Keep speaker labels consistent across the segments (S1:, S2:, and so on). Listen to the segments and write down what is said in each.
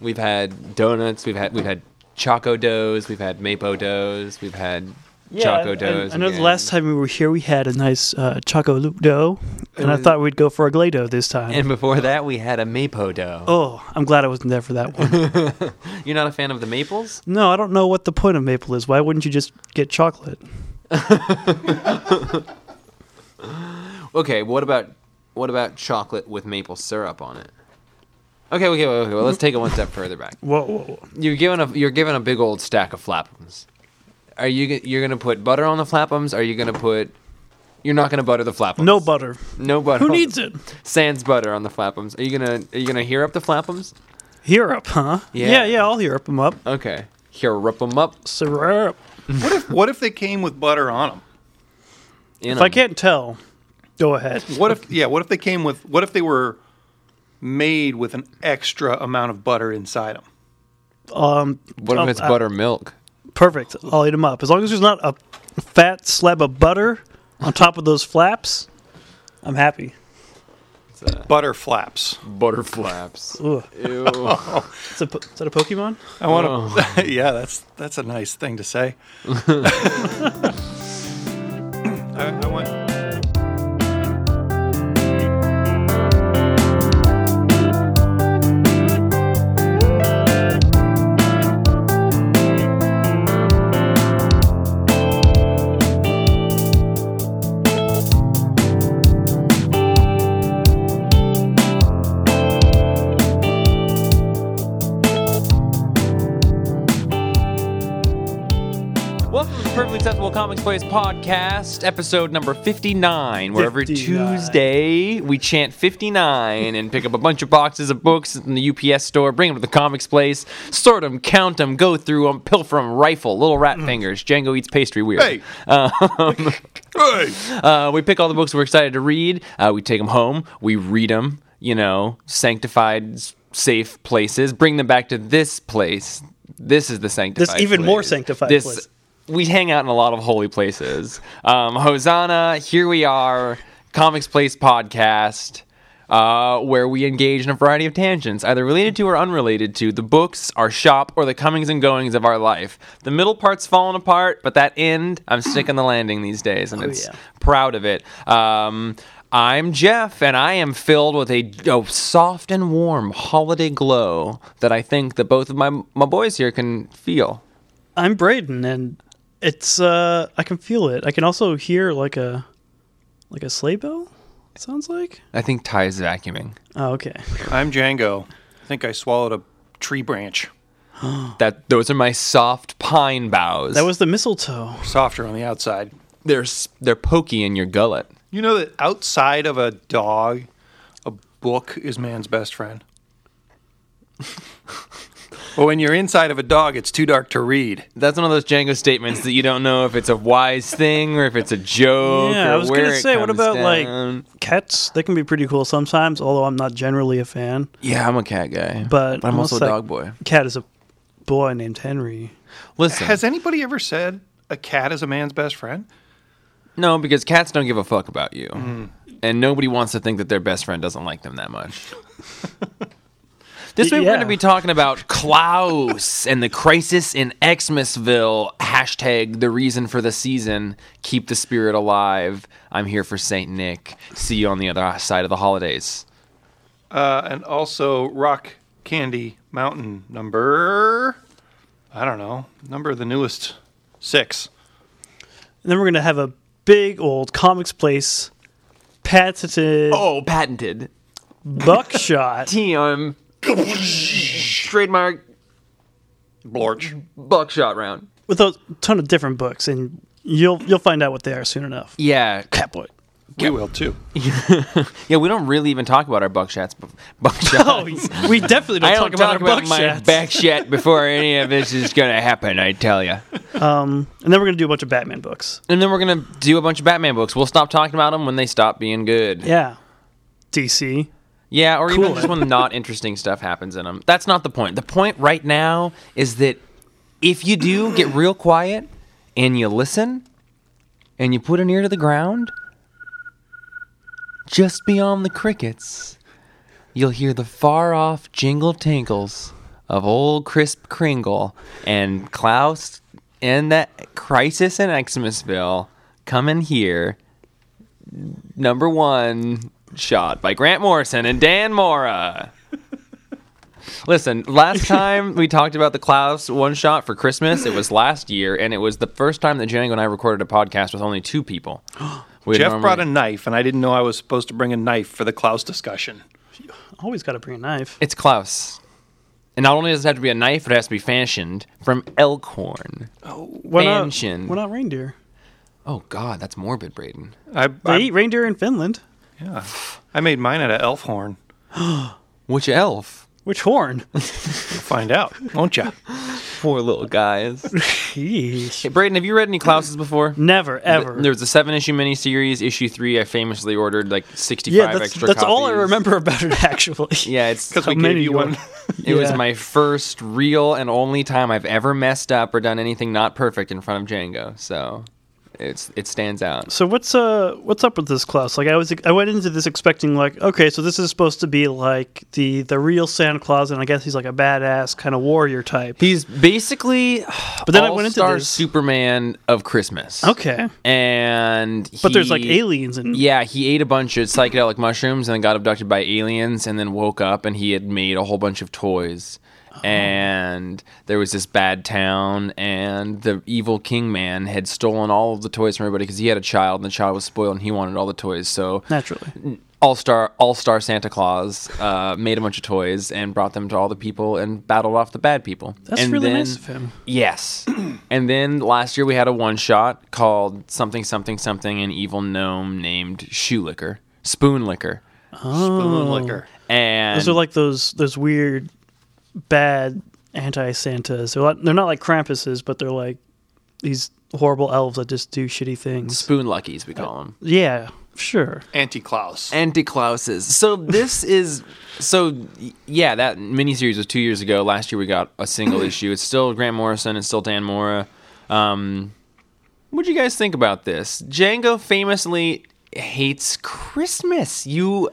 S1: We've had donuts. We've had we've had choco doughs. We've had mapo doughs. We've had choco
S2: and-
S1: doughs.
S2: I know the
S1: again.
S2: last time we were here, we had a nice uh, choco loop dough, and I
S1: was-
S2: thought we'd go for a glay dough this time.
S1: And before that, we had a mapo dough.
S2: oh, I'm glad I wasn't there for that one.
S1: You're not a fan of the maples?
S2: no, I don't know what the point of maple is. Why wouldn't you just get chocolate?
S1: Okay, what about what about chocolate with maple syrup on it? Okay, okay, okay. okay, Well, let's take it one step further back.
S2: Whoa, whoa, whoa.
S1: You're given a you're given a big old stack of flapums. Are you g- you're gonna put butter on the flapums? Are you gonna put? You're not gonna butter the flapums.
S2: no butter.
S1: No butter.
S2: Who
S1: on the-
S2: needs it?
S1: Sans butter on the flapums. Are you gonna are you gonna hear up the flapums?
S2: Europe, huh?
S1: Yeah. Oh.
S2: yeah, yeah I'll Europe them up.
S1: Okay, hear up them up.
S2: Syrup.
S3: What if they came with butter on them?
S1: In
S2: If I
S1: 'em.
S2: can't tell, go ahead.
S3: What if yeah? What if they came with? What if they were made with an extra amount of butter inside them?
S2: Um,
S1: What if
S2: um,
S1: it's
S2: uh,
S1: buttermilk?
S2: Perfect. I'll eat them up. As long as there's not a fat slab of butter on top of those flaps, I'm happy.
S3: Butter flaps.
S1: Butter flaps.
S2: Ugh.
S1: Ew.
S2: Is that, po- is that a Pokemon?
S3: I want to. yeah, that's that's a nice thing to say. I, I want.
S1: Welcome to the Perfectly Acceptable Comics Place podcast, episode number 59, where every
S2: 59.
S1: Tuesday we chant 59 and pick up a bunch of boxes of books in the UPS store, bring them to the Comics Place, sort them, count them, go through them, pilfer them, rifle, little rat
S2: Mm.
S1: fingers, Django eats pastry weird.
S3: Hey. hey.
S1: Uh, we pick all the books we're excited to read. Uh, we take them home. We read them, you know, sanctified, s- safe places. Bring them back to this place. This is the sanctified.
S2: even more
S1: place.
S2: sanctified
S1: This-
S2: place.
S1: We hang out in a lot of holy places. Um, Hosanna, here we are, Comics Place podcast. Uh, where we engage in a variety of tangents, either related to or unrelated to the books, our shop, or the comings and goings of our life. The middle part's fallen apart, but that end, I'm sticking the landing these days, and it's
S2: yeah.
S1: proud of it. Um, I'm Jeff, and I am filled with a, a soft and warm holiday glow that I think that both of my my boys here can feel.
S2: I'm Braden, and it's uh, I can feel it. I can also hear like a like a sleigh bell. It sounds like.
S1: I think Ty is vacuuming.
S2: Oh, okay.
S3: I'm Django. I think I swallowed a tree branch.
S1: That those are my soft pine boughs.
S2: That was the mistletoe.
S3: Softer on the outside.
S1: they're s- they're pokey in your gullet.
S3: You know that outside of a dog, a book is man's best friend. but when you're inside of a dog, it's too dark to read.
S1: That's one of those Django statements that you don't know if it's a wise thing or if it's a joke.
S2: Yeah, I
S1: or
S2: was
S1: where
S2: gonna
S1: it
S2: say, what
S1: comes
S2: about
S1: down.
S2: like cats? They can be pretty cool sometimes, although I'm not generally a fan.
S1: Yeah, I'm a cat guy,
S2: But
S1: I'm also a
S2: unless that
S1: dog boy.
S2: Cat is a boy named Henry.
S1: Listen,
S3: Has anybody ever said a cat is a man's best friend?
S1: No, because cats don't give a fuck about you. And nobody wants to think that their best friend doesn't like them that much. this week we're going
S2: Yeah.
S1: to be talking about Klaus and the crisis in Xmasville. Hashtag the reason for the season. Keep the spirit alive. I'm here for St. Nick. See you on the other side of the holidays.
S3: Uh, and also Rock Candy Mountain number, I don't know, number of the newest six.
S2: And then we're gonna have a big old comics place patented
S1: Oh, patented.
S2: buckshot.
S1: TM. Trademark
S3: Blorch.
S1: buckshot round.
S2: with a ton of different books, and you'll you'll find out what they are soon enough.
S1: Yeah,
S2: Catboy.
S3: We will too.
S1: yeah. We don't really even talk about our buckshots. bu- Buckshots.
S2: Oh, we definitely don't,
S1: I
S2: talk
S1: don't
S2: about
S1: talk
S2: our
S1: about,
S2: buck
S1: my
S2: shots.
S1: back shot before any of this is gonna happen. I tell you.
S2: And then we're gonna do a bunch of Batman books.
S1: And then we're gonna do a bunch of Batman books. We'll stop talking about them when they stop being good. Yeah,
S2: Yeah, DC.
S1: or even
S2: Cool.
S1: just when not interesting stuff happens in them. That's not the point. The point right now is that if you do get real quiet and you listen and you put an ear to the ground, just beyond the crickets, you'll hear the far off jingle tinkles of old Crisp Kringle and Klaus and that crisis in Xmasville come in here. Number one shot by Grant Morrison and Dan Mora. Listen, last time we talked about the Klaus one shot for Christmas, it was last year, and it was the first time that Django and I recorded a podcast with only two people. We
S3: Jeff
S1: normally-
S3: brought a knife, and I didn't know I was supposed to bring a knife for the Klaus discussion.
S2: Always got to bring a knife.
S1: It's Klaus. And not only does it have to be a knife, it has to be fashioned from Elkhorn.
S2: Why not,
S1: Mansion.
S2: why not reindeer?
S1: Oh, God, that's morbid, Braden.
S3: I
S2: They
S3: I,
S2: eat reindeer in Finland.
S3: yeah. I made mine out of elf horn.
S1: Which elf?
S2: Which horn?
S3: Find out, won't you?
S1: Poor little guys.
S2: Sheesh.
S1: hey, Braden, have you read any Klaus's before?
S2: Never, ever.
S1: There was a seven issue miniseries, issue three. I famously ordered like 65
S2: yeah, that's,
S1: extra
S2: that's all I
S1: copies.
S2: remember about it, actually.
S1: Yeah, it's
S3: Because we
S2: How
S3: gave
S2: many
S3: you
S2: you
S3: one.
S2: want?
S1: It was
S2: Yeah.
S1: my first real and only time I've ever messed up or done anything not perfect in front of Django. So it's it stands out.
S2: So what's uh what's up with this Klaus? Like I was I went into this expecting like okay so this is supposed to be like the the real Santa Claus and I guess he's like a badass kind of warrior type.
S1: He's basically
S2: But then I went into
S1: all-star
S2: this-
S1: Superman of Christmas.
S2: Okay,
S1: And
S2: but there's like
S1: he-
S2: aliens and
S1: Yeah, he ate a bunch of psychedelic mushrooms and then got abducted by aliens and then woke up and he had made a whole bunch of toys.
S2: Oh.
S1: And there was this bad town, and the evil king man had stolen all of the toys from everybody because he had a child, and the child was spoiled, and he wanted all the toys. So
S2: naturally.
S1: all star all star Santa Claus uh, made a bunch of toys and brought them to all the people and battled off the bad people.
S2: That's
S1: and
S2: really
S1: then-
S2: nice of him.
S1: Yes. and then last year we had a one shot called something something something an evil gnome named Shoe Licker Spoon Licker
S3: Spoon liquor.
S1: and
S2: Those are like those those weird bad anti Santas. They're like, they're not like Krampuses, but they're like these horrible elves that just do shitty things.
S1: Spoon Luckies we
S2: Uh,
S1: call them.
S2: Yeah, sure.
S3: Anti Klaus.
S1: Anticlauses. So this is so y- yeah, that miniseries was two years ago. Last year we got a single issue. It's still Grant Morrison, it's still Dan Mora. Um what'd you guys think about this? Django famously hates Christmas. You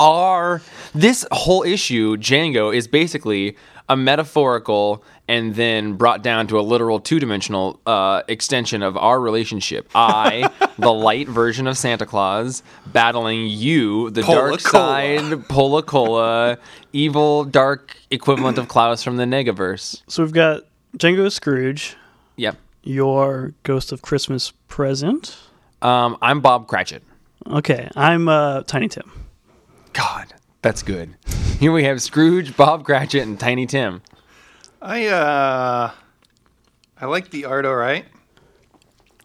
S1: are this whole issue, Django, is basically a metaphorical and then brought down to a literal two dimensional uh, extension of our relationship. I, the light version of Santa Claus, battling you, the
S3: Cola
S1: dark
S3: Cola.
S1: side, Pola Cola, evil dark equivalent of Klaus from the Negaverse.
S2: So we've got Django Scrooge,
S1: Yep.
S2: your Ghost of Christmas Present.
S1: Um, I'm Bob Cratchit.
S2: Okay, I'm uh, Tiny Tim.
S1: God, that's good. Here we have Scrooge, Bob Cratchit, and Tiny Tim.
S3: I uh, I like the art. All right.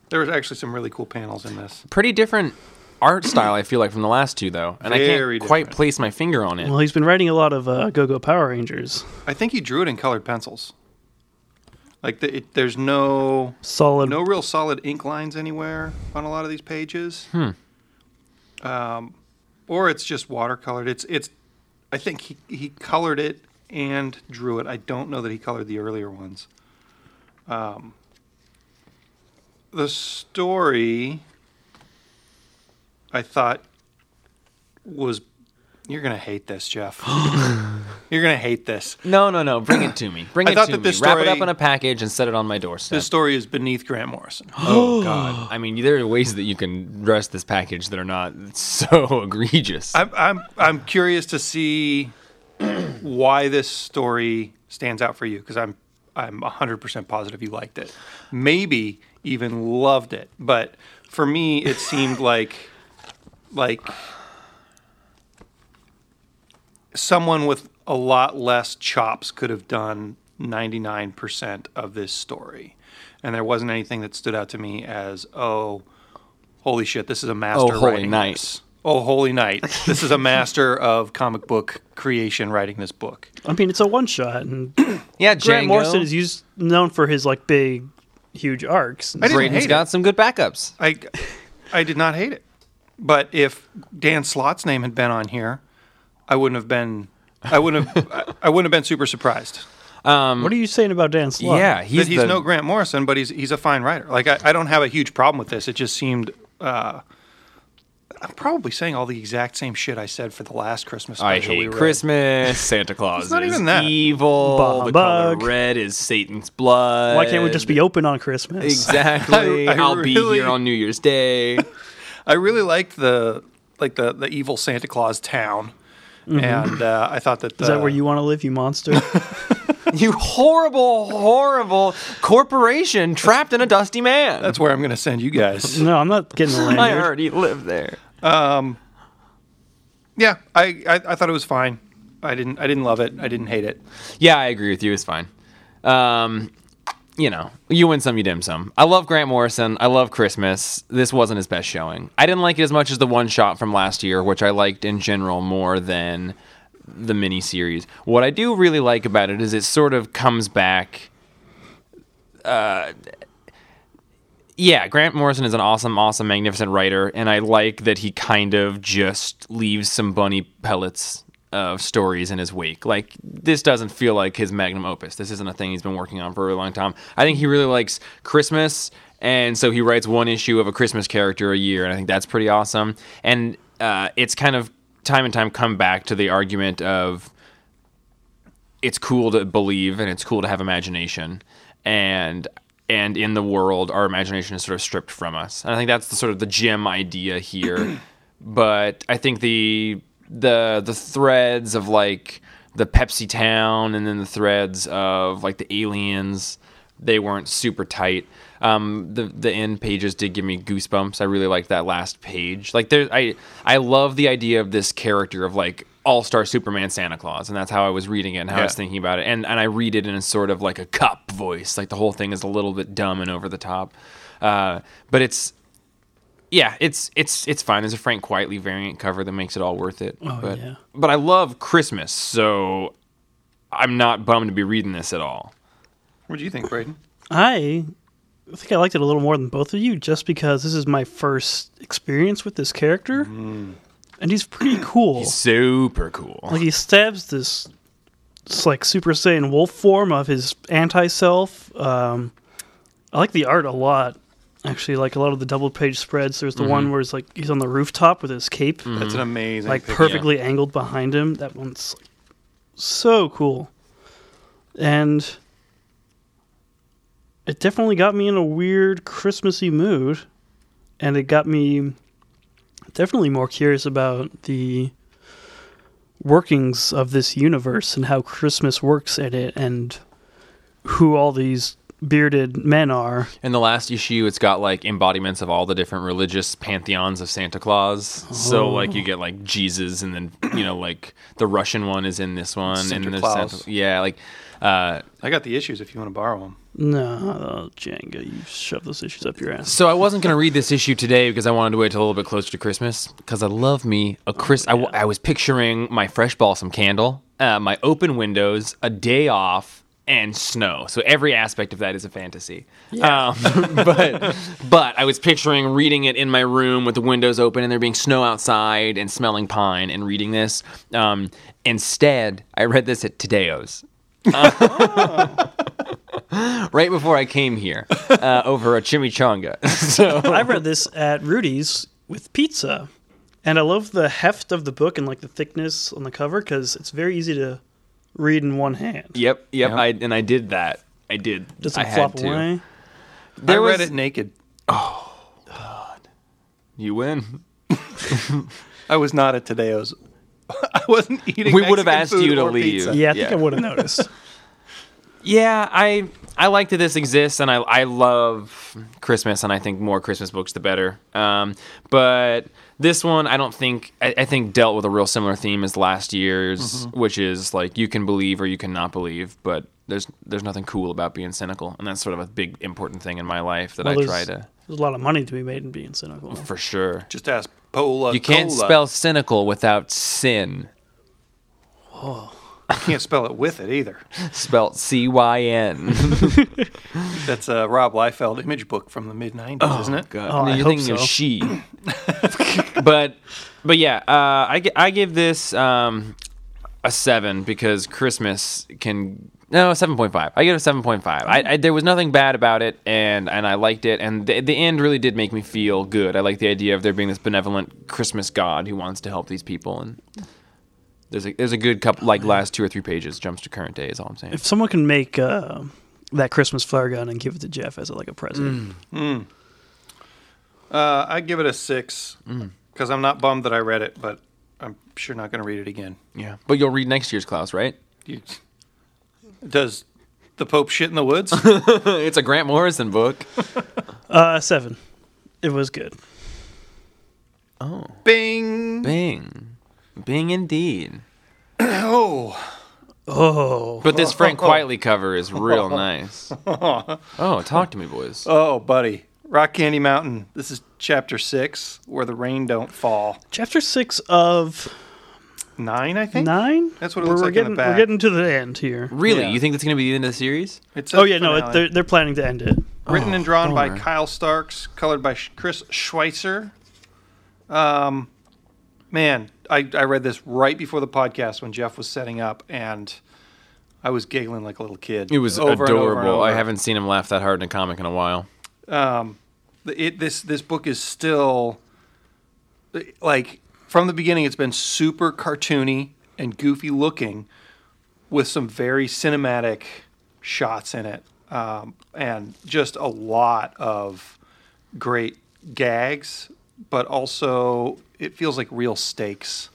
S3: There was actually some really cool panels in this.
S1: pretty different art style. I feel like from the last two though, and I can't
S3: Very
S1: quite
S3: different.
S1: place my finger on it.
S2: Well, he's been writing a lot of uh, Go Go Power Rangers.
S3: I think he drew it in colored pencils. Like the, it, there's no
S2: Solid.
S3: no real solid ink lines anywhere on a lot of these pages. Hmm. Um, or it's just watercolored. It's it's. I think he he colored it and drew it. I don't know that he colored the earlier ones. Um, the story, I thought, was. You're gonna hate this, Jeff. You're gonna hate this.
S1: No, no, no. Bring it to me. Bring
S3: I
S1: it
S3: thought
S1: to
S3: that
S1: me.
S3: this
S1: Wrap it up
S3: story-
S1: in a package and set it on my doorstep.
S3: This story is beneath Grant Morrison.
S1: oh God! I mean, there are ways that you can dress this package that are not so egregious.
S3: I'm I'm I'm curious to see why this story stands out for you because I'm I'm 100% positive you liked it. Maybe even loved it, but for me it seemed like like someone with a lot less chops could have done 99% of this story. And there wasn't anything that stood out to me as oh holy shit, this is a master
S1: holy
S3: writing
S1: night.
S3: this. Oh, holy night. This is a master of comic book creation writing this book.
S2: I mean, it's a one shot, and
S1: yeah,
S2: Grant
S1: Django.
S2: Morrison is used known for his like big, huge arcs.
S3: I didn't
S1: Braden's
S3: hate
S1: got some good backups.
S3: I, I did not hate it. But if Dan Slott's name had been on here, I wouldn't have been. I wouldn't have. I- I wouldn't have been super surprised.
S2: What are you saying about Dan Slott?
S1: yeah, he's,
S3: that he's
S1: the-
S3: no Grant Morrison, but he's he's a fine writer. Like I, I don't have a huge problem with this. It just seemed uh, I'm probably saying all the exact same shit I said for the last Christmas special.
S1: I
S3: we
S1: hate
S3: read.
S1: Christmas. Santa Claus
S3: It's not
S1: is
S3: even that.
S1: evil.
S2: Bah
S1: the color
S2: humbug.
S1: red is Satan's blood.
S2: Why can't we just be open on Christmas?
S1: Exactly.
S3: I-
S1: I,
S3: I
S1: will be
S3: really-
S1: here on New Year's Day.
S3: I really liked the like the the evil Santa Claus town, and uh, I thought that the,
S2: Is that where you want to live, you monster?
S1: you horrible, horrible corporation trapped in a dusty man.
S3: That's where I'm going to send you guys.
S2: no, I'm not getting the
S1: I
S2: lanyard.
S1: already live there.
S3: yeah, I, I I thought it was fine. I didn't I didn't love it. I didn't hate it.
S1: Yeah, I agree with you. It's fine. Um, you know, you win some, you dim some. I love Grant Morrison. I love Christmas. This wasn't his best showing. I didn't like it as much as the one shot from last year, which I liked in general more than the mini series. What I do really like about it is it sort of comes back. yeah, Grant Morrison is an awesome, awesome, magnificent writer, and I like that he kind of just leaves some bunny pellets of stories in his wake. Like this doesn't feel like his magnum opus. This isn't a thing he's been working on for a really long time. I think he really likes Christmas, and so he writes one issue of a Christmas character a year, and I think that's pretty awesome. And uh, it's kind of time and time come back to the argument of it's cool to believe and it's cool to have imagination and and in the world our imagination is sort of stripped from us and i think that's the sort of the gem idea here but i think the the the threads of like the pepsi town and then the threads of like the aliens they weren't super tight um, the the end pages did give me goosebumps. I really liked that last page. Like there, I I love the idea of this character of like all star Superman Santa Claus, and that's how I was reading it and how I was
S3: Yeah.
S1: thinking about it. And and I read it in a sort of like a cup voice. Like the whole thing is a little bit dumb and over the top, uh, but it's yeah, it's it's it's fine. There's a Frank Quietly variant cover that makes it all worth it. but
S2: Oh, yeah.
S1: but I love Christmas, so I'm not bummed to be reading this at all.
S3: What do you think, Braden?
S2: I think I liked it a little more than both of you just because this is my first experience with this character.
S1: Mm.
S2: And he's pretty cool.
S1: Super cool.
S2: like he stabs this it's like Super Saiyan wolf form of his anti self. Um, I like the art a lot. Actually, like a lot of the double page spreads. There's the
S1: Mm-hmm.
S2: one where it's like he's on the rooftop with his cape,
S3: That's an amazing
S2: like
S3: picture.
S2: perfectly angled behind him. That one's like, so cool, and it definitely got me in a weird Christmassy mood, and it got me definitely more curious about the workings of this universe and how Christmas works in it, and who all these bearded men are.
S1: In the last issue, it's got like embodiments of all the different religious pantheons of Santa Claus. So like you get like Jesus, and then you know like the Russian one is in this one,
S3: Santa
S1: and there's
S3: Claus.
S1: Santa, yeah, like uh,
S3: I got the issues if you want to borrow them.
S2: No, Jenga, you shove those issues up your ass.
S1: So I wasn't going to read this issue today because I wanted to wait till a little bit closer to Christmas because I love me a Chris. I w I I, was picturing my fresh balsam candle, uh, my open windows, a day off, and snow. So every aspect of that is a fantasy. Um, but but I was picturing reading it in my room with the windows open and there being snow outside and smelling pine and reading this. Um, instead, I read this at Tadeo's right before I came here uh, over a chimichanga. so.
S2: I read this at Rudy's with pizza, and I love the heft of the book and like the thickness on the cover because it's very easy to read in one hand.
S1: Yep, yep. I and I did that. I did.
S2: Doesn't
S1: I
S2: flop
S1: had to.
S2: away.
S1: There
S3: I
S1: was,
S3: read it naked.
S1: You win.
S3: I was not at Tadeo's. I wasn't eating.
S1: We would have
S3: Mexican
S1: asked
S3: food
S1: you to
S3: or
S1: leave.
S3: pizza.
S2: Yeah, I
S1: Uh, Yeah.
S2: think I would have noticed.
S1: Yeah, I I like that this exists, and I I love Christmas, and I think more Christmas books the better. Um, but this one, I don't think I, I think dealt with a real similar theme as last year's,
S2: Mm-hmm.
S1: which is like you can believe or you cannot believe, but there's there's nothing cool about being cynical, and that's sort of a big important thing in my life that
S2: Well,
S1: I
S2: there's,
S1: try to
S2: there's a lot of money to be made in being cynical.
S1: for sure.
S3: Just ask Pola.
S1: You can't
S3: Cola.
S1: spell cynical without sin.
S3: You can't spell it with it either.
S1: spelt C Y N.
S3: That's a Rob Liefeld image book from the mid '90s, isn't it?
S1: God,
S2: Oh, I
S1: you're
S2: hope
S1: thinking of
S2: so.
S1: she. but, but yeah, uh, I gi- I give this um, a seven because Christmas can No, seven point five. I give it a seven point five. I, I there was nothing bad about it, and and I liked it, and the, the end really did make me feel good. I like the idea of there being this benevolent Christmas God who wants to help these people, and there's a there's a good couple like last two or three pages jumps to current day is all I'm saying.
S2: If someone can make uh, that Christmas flare gun and give it to Jeff as like a present,
S1: Mm.
S3: Uh, I give it a six because I'm not bummed that I read it, but I'm sure not going to read it again.
S1: Yeah, but you'll read next year's Klaus, right?
S3: You- Does the Pope shit in the woods?
S1: it's a Grant Morrison book.
S2: uh, seven. It was good.
S3: Bing.
S1: Bing, Bing indeed.
S3: Oh,
S2: Oh,
S1: But this Frank Quietly cover is real nice. Oh, talk to me, boys.
S3: oh, buddy. Rock Candy Mountain. This is chapter six, where the rain don't fall.
S2: chapter six of
S3: Nine, I think.
S2: nine.
S3: That's what it
S2: We're-
S3: looks
S2: we're
S3: like in
S2: getting,
S3: the
S2: We're
S3: back.
S2: getting to the end here.
S1: Really,
S3: Yeah.
S1: you think that's gonna be the end of the series?
S3: It says
S2: Oh yeah, no,
S3: finale.
S2: it, they're they're planning to end it.
S3: written
S1: Oh,
S3: and drawn by
S1: bummer.
S3: Kyle Starks, colored by Sh- Chris Schweitzer. Um, man, I, I read this right before the podcast when Jeff was setting up, and I was giggling like a little kid.
S1: It was
S3: Over and
S1: adorable.
S3: over and over.
S1: I haven't seen him laugh that hard in a comic in a while.
S3: It, this this book is still like from the beginning. It's been super cartoony and goofy looking, with some very cinematic shots in it, um, and just a lot of great gags. But also, it feels like real stakes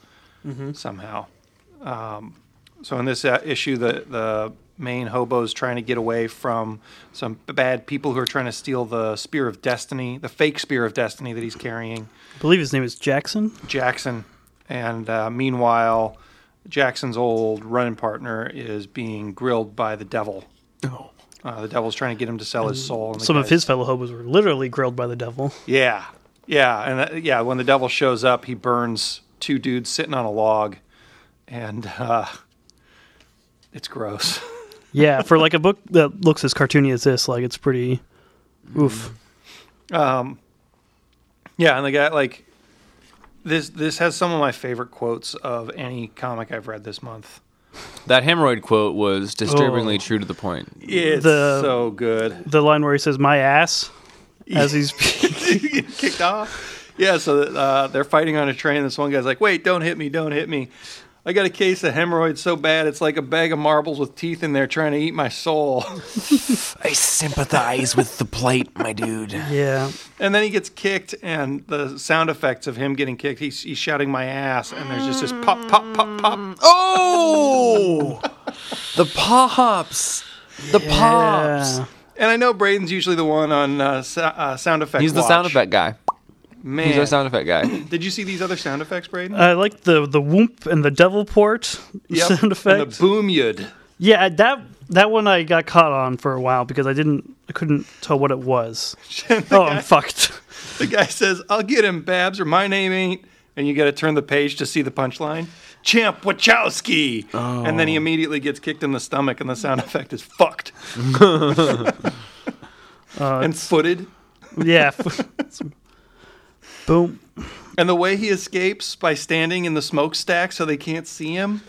S3: somehow. So in this uh, issue, the the main hobo's trying to get away from some bad people who are trying to steal the spear of destiny, the fake spear of destiny that he's carrying,
S2: I believe his name is Jackson.
S3: Jackson. And uh, meanwhile, Jackson's old running partner is being grilled by the devil. Uh, the devil's trying to get him to sell his soul. and the
S2: Oh. Some of
S3: guy's-
S2: his fellow hobos were literally grilled by the devil.
S3: yeah, yeah, and that, yeah. When the devil shows up, he burns two dudes sitting on a log, and uh, it's gross.
S2: Yeah, for like a book that looks as cartoony as this, like it's pretty. Oof.
S3: Mm. Yeah, and the guy like this this has some of my favorite quotes of any comic I've read this month.
S1: That hemorrhoid quote was disturbingly
S2: Oh.
S1: true to the point.
S3: It's
S2: The-
S3: so good.
S2: The line where he says "my ass" as he's
S3: Kicked off. Yeah, so uh, they're fighting on a train. This one guy's like, "Wait, don't hit me! Don't hit me! I got a case of hemorrhoids so bad it's like a bag of marbles with teeth in there trying to eat my soul."
S1: I sympathize with the plight, my dude.
S2: yeah.
S3: And then he gets kicked, and the sound effects of him getting kicked. He's, he's shouting "my ass," and there's just this pop, pop, pop, pop.
S1: Oh, the pops, the pops.
S2: Yeah.
S3: And I know Braden's usually the one on uh, so, uh, sound effect.
S1: He's the sound
S3: watch.
S1: effect guy.
S3: Man,
S1: He's our sound effect guy.
S3: Did you see these other sound effects, Braden?
S2: I like the the whoop and the devil port sound effect.
S3: And the boom yud.
S2: yeah, that that one I got caught on for a while because I didn't I couldn't tell what it was. oh, I'm fucked.
S3: The guy says, I'll get him, Babs, or my name ain't. And you got to turn the page to see the punchline. Champ Wachowski. And then he immediately gets kicked in the stomach, and the sound effect is fucked. and footed.
S2: Yeah. Boom.
S3: And the way he escapes by standing in the smokestack so they can't see him.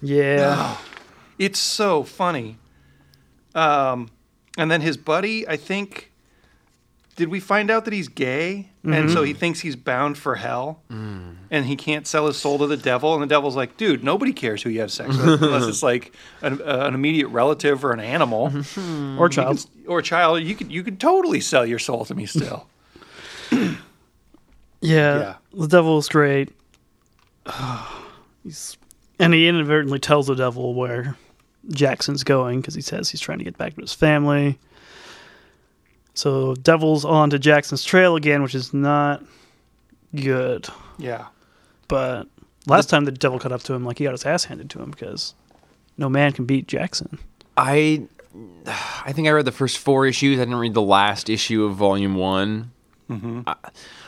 S2: Yeah.
S3: It's so funny. Um, and then his buddy, I think, did we find out that he's gay? And so he thinks he's bound for hell and he can't sell his soul to the devil. And the devil's like, dude, nobody cares who you have sex with unless it's like an, uh, an immediate relative or an animal
S2: or
S3: You can
S2: child.
S3: s- or a child. You could, you could totally sell your soul to me still.
S2: Yeah,
S3: Yeah.
S2: the devil is great. he's and he inadvertently tells the devil where Jackson's going because he says he's trying to get back to his family. So devil's on to Jackson's trail again, which is not good.
S3: yeah.
S2: But last time the devil cut up to him, like he got his ass handed to him because no man can beat Jackson.
S1: I, I think I read the first four issues. I didn't read the last issue of Volume One.
S2: Mm-hmm.
S1: I,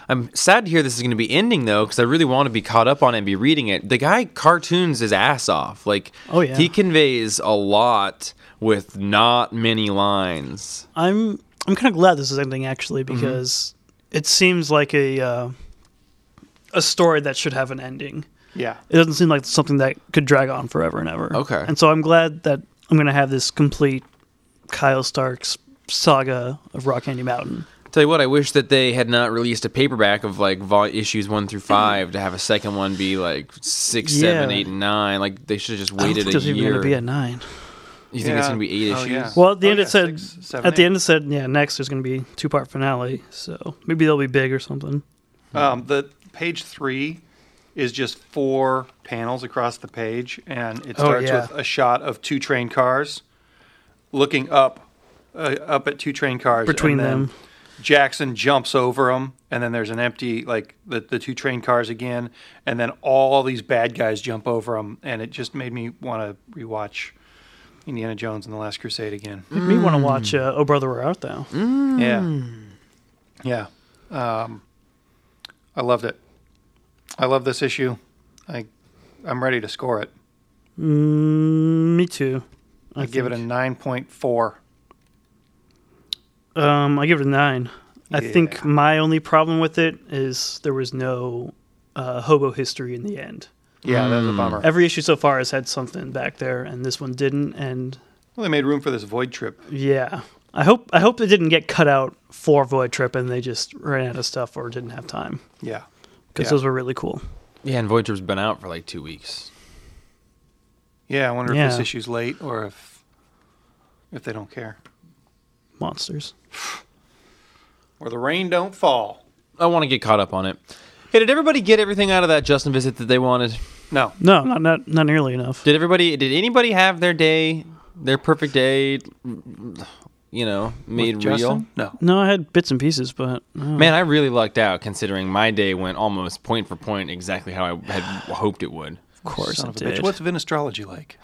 S1: am sad to hear this is going to be ending though, because I really want to be caught up on it and be reading it. The guy cartoons his ass off. Like,
S2: Oh, yeah.
S1: he conveys a lot with not many lines.
S2: I'm I'm kind of glad this is ending actually because it seems like a uh, a story that should have an ending.
S3: Yeah.
S2: it doesn't seem like something that could drag on forever and ever.
S1: Okay.
S2: And so I'm glad that I'm gonna have this complete Kyle Stark's saga of Rock Candy Mountain.
S1: Tell you what, I wish that they had not released a paperback of like vol- issues one through five to have a second one be like six, seven,
S2: Yeah.
S1: eight, and nine. Like they should have just
S2: I don't
S1: waited
S2: think
S1: a
S2: there's even
S1: year.
S2: gonna be a nine.
S1: you think it's
S3: Yeah.
S1: gonna be eight
S3: Oh,
S1: issues?
S3: yeah.
S2: Well, at the
S3: Oh,
S2: end
S3: yeah,
S2: it said
S3: six, seven,
S2: at the
S3: eight.
S2: end it said yeah next there's gonna be two part finale so maybe they'll be big or something.
S3: Um, the page three is just four panels across the page, and it
S2: Oh,
S3: starts
S2: yeah.
S3: with a shot of two train cars looking up, uh, up at two train cars and
S2: Between
S3: then
S2: them.
S3: Jackson jumps over them, and then there's an empty like the the two train cars again, and then all these bad guys jump over them, and it just made me want to rewatch. Indiana Jones and the Last Crusade again.
S2: Made me want to
S1: Mm.
S2: watch uh, Oh Brother Where Art Thou.
S3: Yeah. Yeah. Um, I loved it. I love this issue. I I'm ready to score it.
S2: Mm, me too.
S3: I, give it a 9.4.
S2: Um, I give it a nine. I think
S3: Yeah.
S2: my only problem with it is there was no uh, hobo history in the end.
S3: Yeah, that's a bummer.
S2: Every issue so far has had something back there, and this one didn't. And
S3: Well, they made room for this void trip.
S2: yeah, I hope I hope it didn't get cut out for Void Trip, and they just ran out of stuff or didn't have time
S3: Yeah.
S2: because
S3: Yeah.
S2: those were really cool.
S1: Yeah, and Voyager's been out for like two weeks.
S3: Yeah, I wonder
S2: Yeah.
S3: if this issue's late or if if they don't care.
S2: Monsters.
S3: Or the rain don't fall.
S1: I want to get caught up on it. Hey, did everybody get everything out of that Justin visit that they wanted?
S3: No.
S2: No, not not not nearly enough.
S1: Did everybody? Did anybody have their day, their perfect day? You know, made
S3: With
S1: real.
S3: Justin? No.
S2: No, I had bits and pieces, but uh,
S1: Man, I really lucked out considering my day went almost point for point exactly how I had hoped it would.
S2: of course
S3: Son
S2: it
S3: of a
S2: did.
S3: bitch. What's Venestrology like?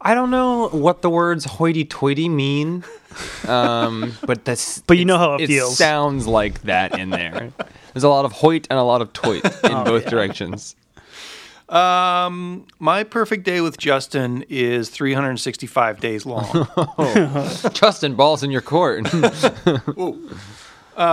S1: I don't know what the words hoity-toity mean, um, but that's
S2: But you know how it
S1: it
S2: feels.
S1: sounds like that in there. Oh, There's a lot of hoit and a lot of toit in both directions.
S3: Um, my perfect day with Justin is 365 days long.
S1: Justin, balls in your court.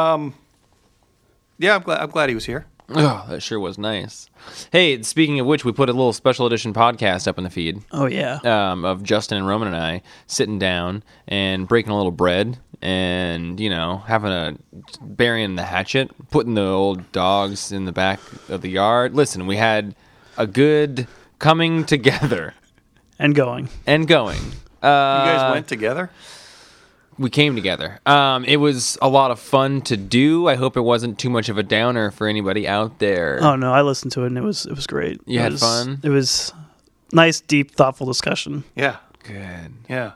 S3: yeah, I'm glad I'm glad he was here.
S1: oh, that sure was nice. Hey, speaking of which, we put a little special edition podcast up in the feed.
S2: Oh yeah.
S1: um, of Justin and Roman and I sitting down and breaking a little bread and you know having a burying the hatchet, putting the old dogs in the back of the yard. Listen, we had a good coming together
S2: and going.
S1: and going.
S3: You
S1: Uh,
S3: guys went together?
S1: we came together. Um, it was a lot of fun to do. I hope it wasn't too much of a downer for anybody out there.
S2: Oh no, I listened to it and it was it was great.
S1: You
S2: It
S1: had
S2: was-
S1: fun?
S2: It was nice, deep, thoughtful discussion.
S3: Yeah,
S1: Good.
S3: yeah.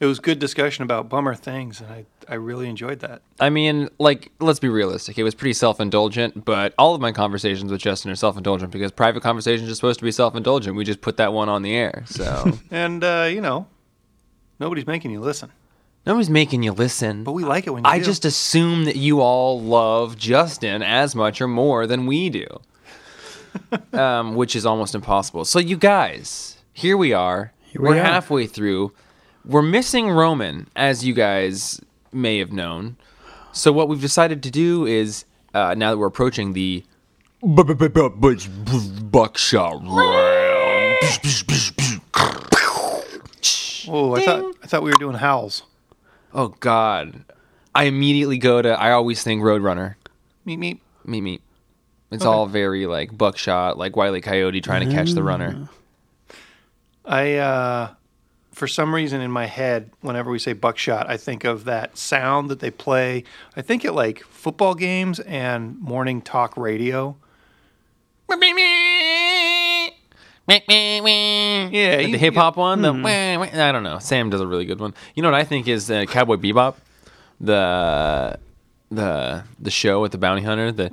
S3: It was good discussion about bummer things, and I, I really enjoyed that.
S1: I mean, like, let's be realistic. It was pretty self indulgent, but all of my conversations with Justin are self indulgent because private conversations are supposed to be self indulgent. We just put that one on the air. So
S3: And uh, you know, nobody's making you listen,
S1: nobody's making you listen.
S3: but we like it when you
S1: I
S3: do.
S1: just assume that you all love Justin as much or more than we do, um, which is almost impossible. So, you guys, here we are.
S2: we
S1: are
S2: are.
S1: halfway through. We're missing Roman, as you guys may have known. So, what we've decided to do is uh, now that we're approaching the bu- bu- bu- bu- bu- buckshot round,
S3: Oh, I thought I thought we were doing howls.
S1: oh God, I immediately go to I always think Roadrunner.
S3: Meet meet.
S1: meet me. It's all very like buckshot, like Wiley Coyote trying to catch the runner.
S3: I uh, for some reason in my head, whenever we say buckshot, I think of that sound that they play. I think at like football games and morning talk radio.
S1: Yeah,
S3: you-
S1: the hip hop one. The wah, wah, I don't know. Sam does a really good one. You know what I think is uh, Cowboy Bebop, the the the show with the bounty hunter. The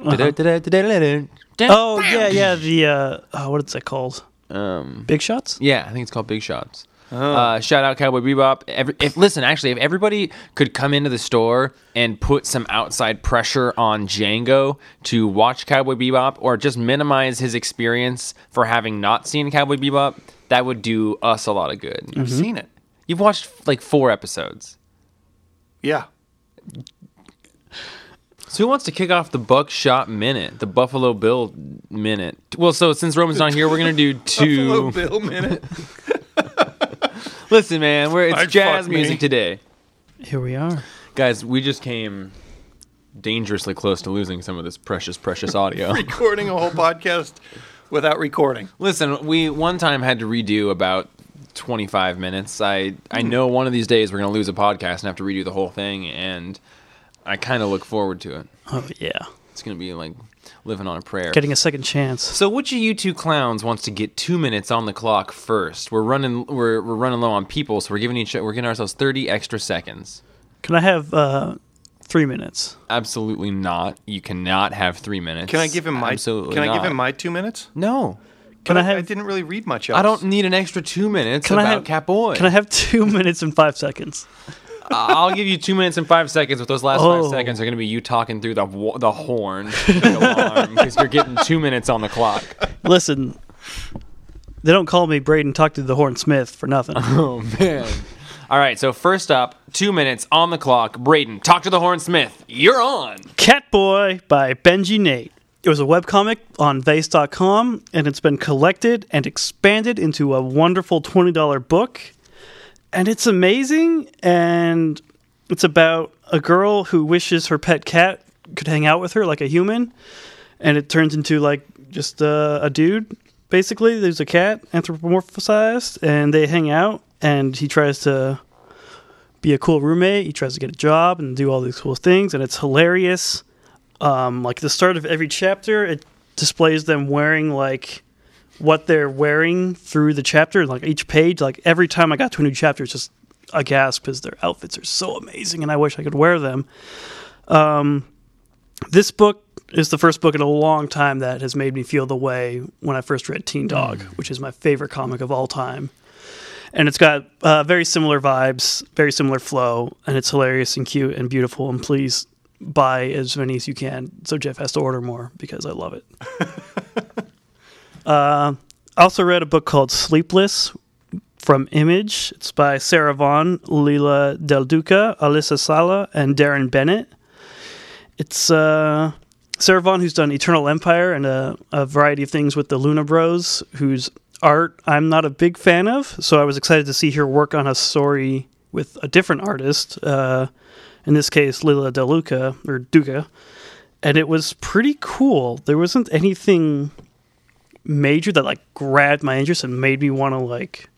S2: Oh yeah, yeah. The uh, oh, what is that called? Um, Big Shots.
S1: Yeah, I think it's called Big Shots. Uh, shout out Cowboy Bebop. Every, if listen, actually, if everybody could come into the store and put some outside pressure on Django to watch Cowboy Bebop, or just minimize his experience for having not seen Cowboy Bebop, that would do us a lot of good.
S3: I've seen it.
S1: You've watched like four episodes.
S3: Yeah.
S1: So who wants to kick off the Buckshot Minute, the Buffalo Bill Minute? Well, so since Roman's not here, we're gonna do two.
S3: Buffalo Bill minute.
S1: Listen, man, we're, it's
S3: I'd fuck
S1: jazz
S3: me.
S1: music today.
S2: Here we are.
S1: Guys, we just came dangerously close to losing some of this precious, precious audio.
S3: recording a whole podcast without recording.
S1: Listen, we one time had to redo about 25 minutes. I I know one of these days we're going to lose a podcast and have to redo the whole thing and I kind of look forward to it.
S2: Oh yeah,
S1: It's going to be like living on a prayer.
S2: getting a second chance.
S1: so which of you two clowns wants to get 2 minutes on the clock first? We're running we're, we're running low on people, so we're giving each we're giving ourselves 30 extra seconds.
S2: Can I have uh, three minutes?
S1: Absolutely not. You cannot have 3 minutes.
S3: Can I give him my?
S1: Absolutely
S3: can I give
S1: not.
S3: him my two minutes?
S1: No.
S2: Can
S3: But
S2: I have?
S3: I didn't really read much else.
S1: I don't need an extra 2 minutes
S2: Can I
S1: about
S2: have-
S1: Catboy.
S2: Can I have two minutes and five seconds?
S1: I'll give you two minutes and five seconds. But those last
S2: Oh.
S1: five seconds are going to be you talking through the wa- the horn because you're getting two minutes on the clock.
S2: Listen, they don't call me Braden. Talk to the Horn Smith for nothing.
S1: Oh man! All right. So first up, two minutes on the clock. Braden, talk to the horn smith. You're on.
S2: Catboy by Benji Nate. It was a webcomic on Vase.com, and it's been collected and expanded into a wonderful $20 book. And it's amazing, and it's about a girl who wishes her pet cat could hang out with her like a human, and it turns into like just uh, a dude, basically. There's a cat, anthropomorphized, and they hang out, and he tries to be a cool roommate. He tries to get a job and do all these cool things, and it's hilarious. Um, like the start of every chapter, it displays them wearing like what they're wearing through the chapter, like each page. Like every time I got to a new chapter, it's just a gasp because their outfits are so amazing, and I wish I could wear them. Um, this book is the first book in a long time that has made me feel the way when I first read Teen Dog, which is my favorite comic of all time and it's got uh, very similar vibes, very similar flow, and it's hilarious and cute and beautiful. And please buy as many as you can. So Jeff has to order more because I love it. uh, I also read a book called Sleepless from Image. It's by Sarah Vaughn, Leela Del Duca, Alyssa Sala, and Darren Bennett. It's uh, Sarah Vaughn, who's done Eternal Empire and a, a variety of things with the Luna Bros, whose art I'm not a big fan of. So I was excited to see her work on a story with a different artist, uh, in this case, Lila DeLuca or Duca. And it was pretty cool. There wasn't anything major that like grabbed my interest and made me want to like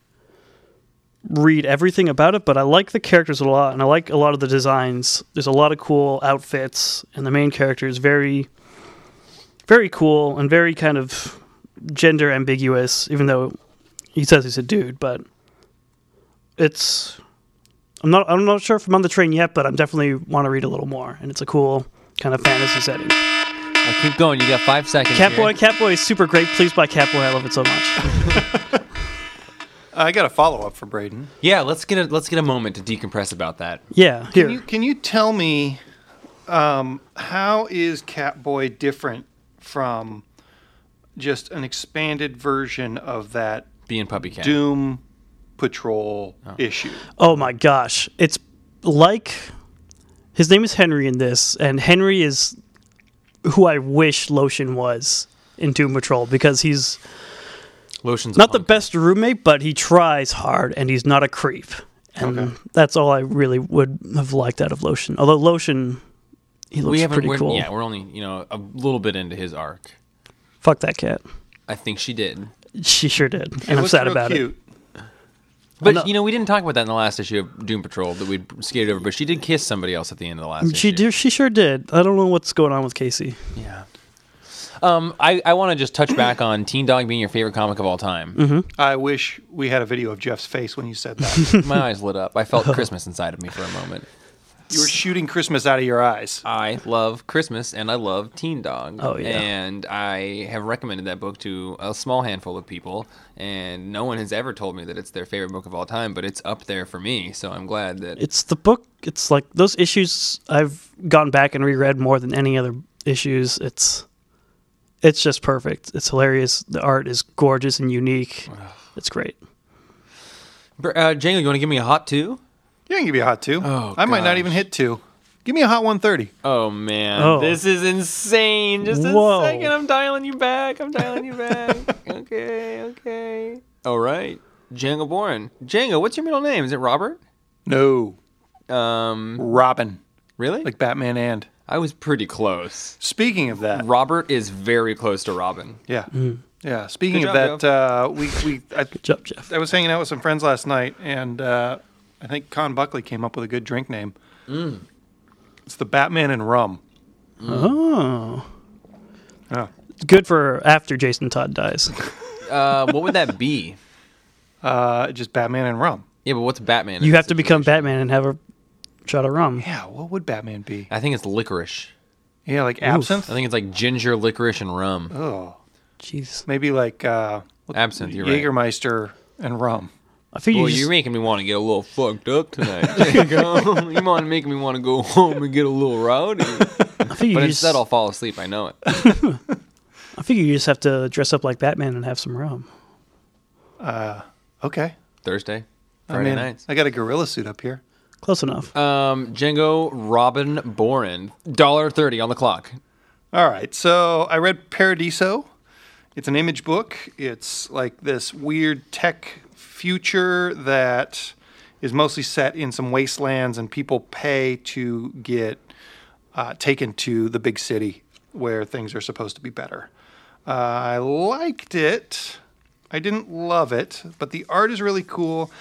S2: read everything about it, but I like the characters a lot, and I like a lot of the designs. There's a lot of cool outfits, and the main character is very, very cool and very kind of gender ambiguous, even though he says he's a dude. But it's, I'm not, I'm not sure if I'm on the train yet, but I'm definitely want to read a little more, and it's a cool kind of fantasy setting.
S1: Now keep going. You got five seconds. here.
S2: Catboy, Catboy is super great. Please buy Catboy. I love it so much.
S3: I got a follow up for Braden.
S1: Yeah. Let's get a let's get a moment to decompress about that.
S2: Yeah, here.
S3: Can you can you tell me um, how is Catboy different from just an expanded version of that
S1: Being puppy cat.
S3: Doom Patrol issue?
S2: Oh my gosh. It's like his name is Henry in this, and Henry is who I wish Lotion was in Doom Patrol because he's
S1: Lotion's a
S2: not the
S1: punk.
S2: best roommate, but he tries hard and he's not a creep. And that's all I really would have liked out of Lotion. Although Lotion, he
S1: We
S2: looks
S1: haven't.
S2: pretty
S1: we're-
S2: cool.
S1: Yeah. We're only you know a little bit into his arc.
S2: Fuck that cat.
S1: I think she did.
S2: She sure did. And
S3: It
S2: I'm
S3: looks
S2: sad
S3: real
S2: about it.
S3: cute.
S1: But
S2: not-
S1: you know we didn't talk about that in the last issue of Doom Patrol that we skated over. But she did kiss somebody else at the end of the last.
S2: She
S1: issue.
S2: did, she sure did. I don't know what's going on with Casey.
S1: Yeah. Um, I, I want to just touch back on Teen Dog being your favorite comic of all time.
S2: Mm-hmm.
S3: I wish we had a video of Jeff's face when you said that.
S1: My eyes lit up. I felt Christmas inside of me for a moment.
S3: you were shooting Christmas out of your eyes.
S1: I love Christmas and I love Teen Dog.
S2: Oh, yeah.
S1: And I have recommended that book to a small handful of people, and no one has ever told me that it's their favorite book of all time, but it's up there for me. So I'm glad that
S2: it's the book it's like those issues i've gone back and reread more than any other issues it's it's just perfect it's hilarious the art is gorgeous and unique it's great
S1: Br- uh, Django, you want to give me a hot two?
S3: You can give me a hot two.
S1: Oh,
S3: I might not
S1: gosh.
S3: even hit two. Give me a hot 130.
S1: Oh man,
S2: Oh.
S1: this is insane! Just a
S2: Whoa.
S1: second, I'm dialing you back. I'm dialing you back. okay, okay. All right. Django Bourne. Django, what's your middle name? Is it Robert?
S3: No,
S1: Um,
S3: Robin,
S1: really?
S3: like Batman and.
S1: I was pretty close.
S3: Speaking of that,
S1: Robert is very close to Robin.
S3: yeah,
S1: Mm-hmm.
S3: yeah. Speaking
S1: Good job,
S3: of that, uh, we we I,
S2: Good job, Jeff.
S3: I was hanging out with some friends last night, and uh, I think Con Buckley came up with a good drink name.
S1: Mm.
S3: It's the Batman and Rum.
S2: Oh.
S3: Yeah.
S2: Good for after Jason Todd dies.
S1: Uh, what would that be?
S3: Uh, just Batman and Rum.
S1: Yeah, but what's Batman? in
S2: You
S1: this
S2: have to become
S1: situation?
S2: Batman and have a shot of rum.
S3: Yeah, what would Batman be?
S1: I think it's licorice.
S3: Yeah, like
S1: I
S3: absinthe.
S1: think it's like ginger, licorice, and rum.
S3: Oh,
S2: Jeez.
S3: maybe like uh, what-
S1: Absinthe, you're right.
S3: Jägermeister and rum.
S2: I think
S1: Well,
S2: you
S1: you're
S2: just,
S1: making me want to get a little fucked up tonight. Jacob. you want to make me want to go home and get a little rowdy.
S2: I think you
S1: But
S2: just,
S1: instead, I'll fall asleep. I know it.
S2: I think you just have to dress up like Batman and have some rum.
S3: Okay,
S1: Thursday, Friday
S3: I mean,
S1: nights.
S3: I got a gorilla suit up here.
S2: Close enough.
S1: Um, Django Robin Boren, dollar thirty on the clock.
S3: All right. So I read Paradiso. It's an image book. It's like this weird tech future that is mostly set in some wastelands, and people pay to get uh, taken to the big city where things are supposed to be better. Uh, I liked it. I didn't love it, but the art is really cool.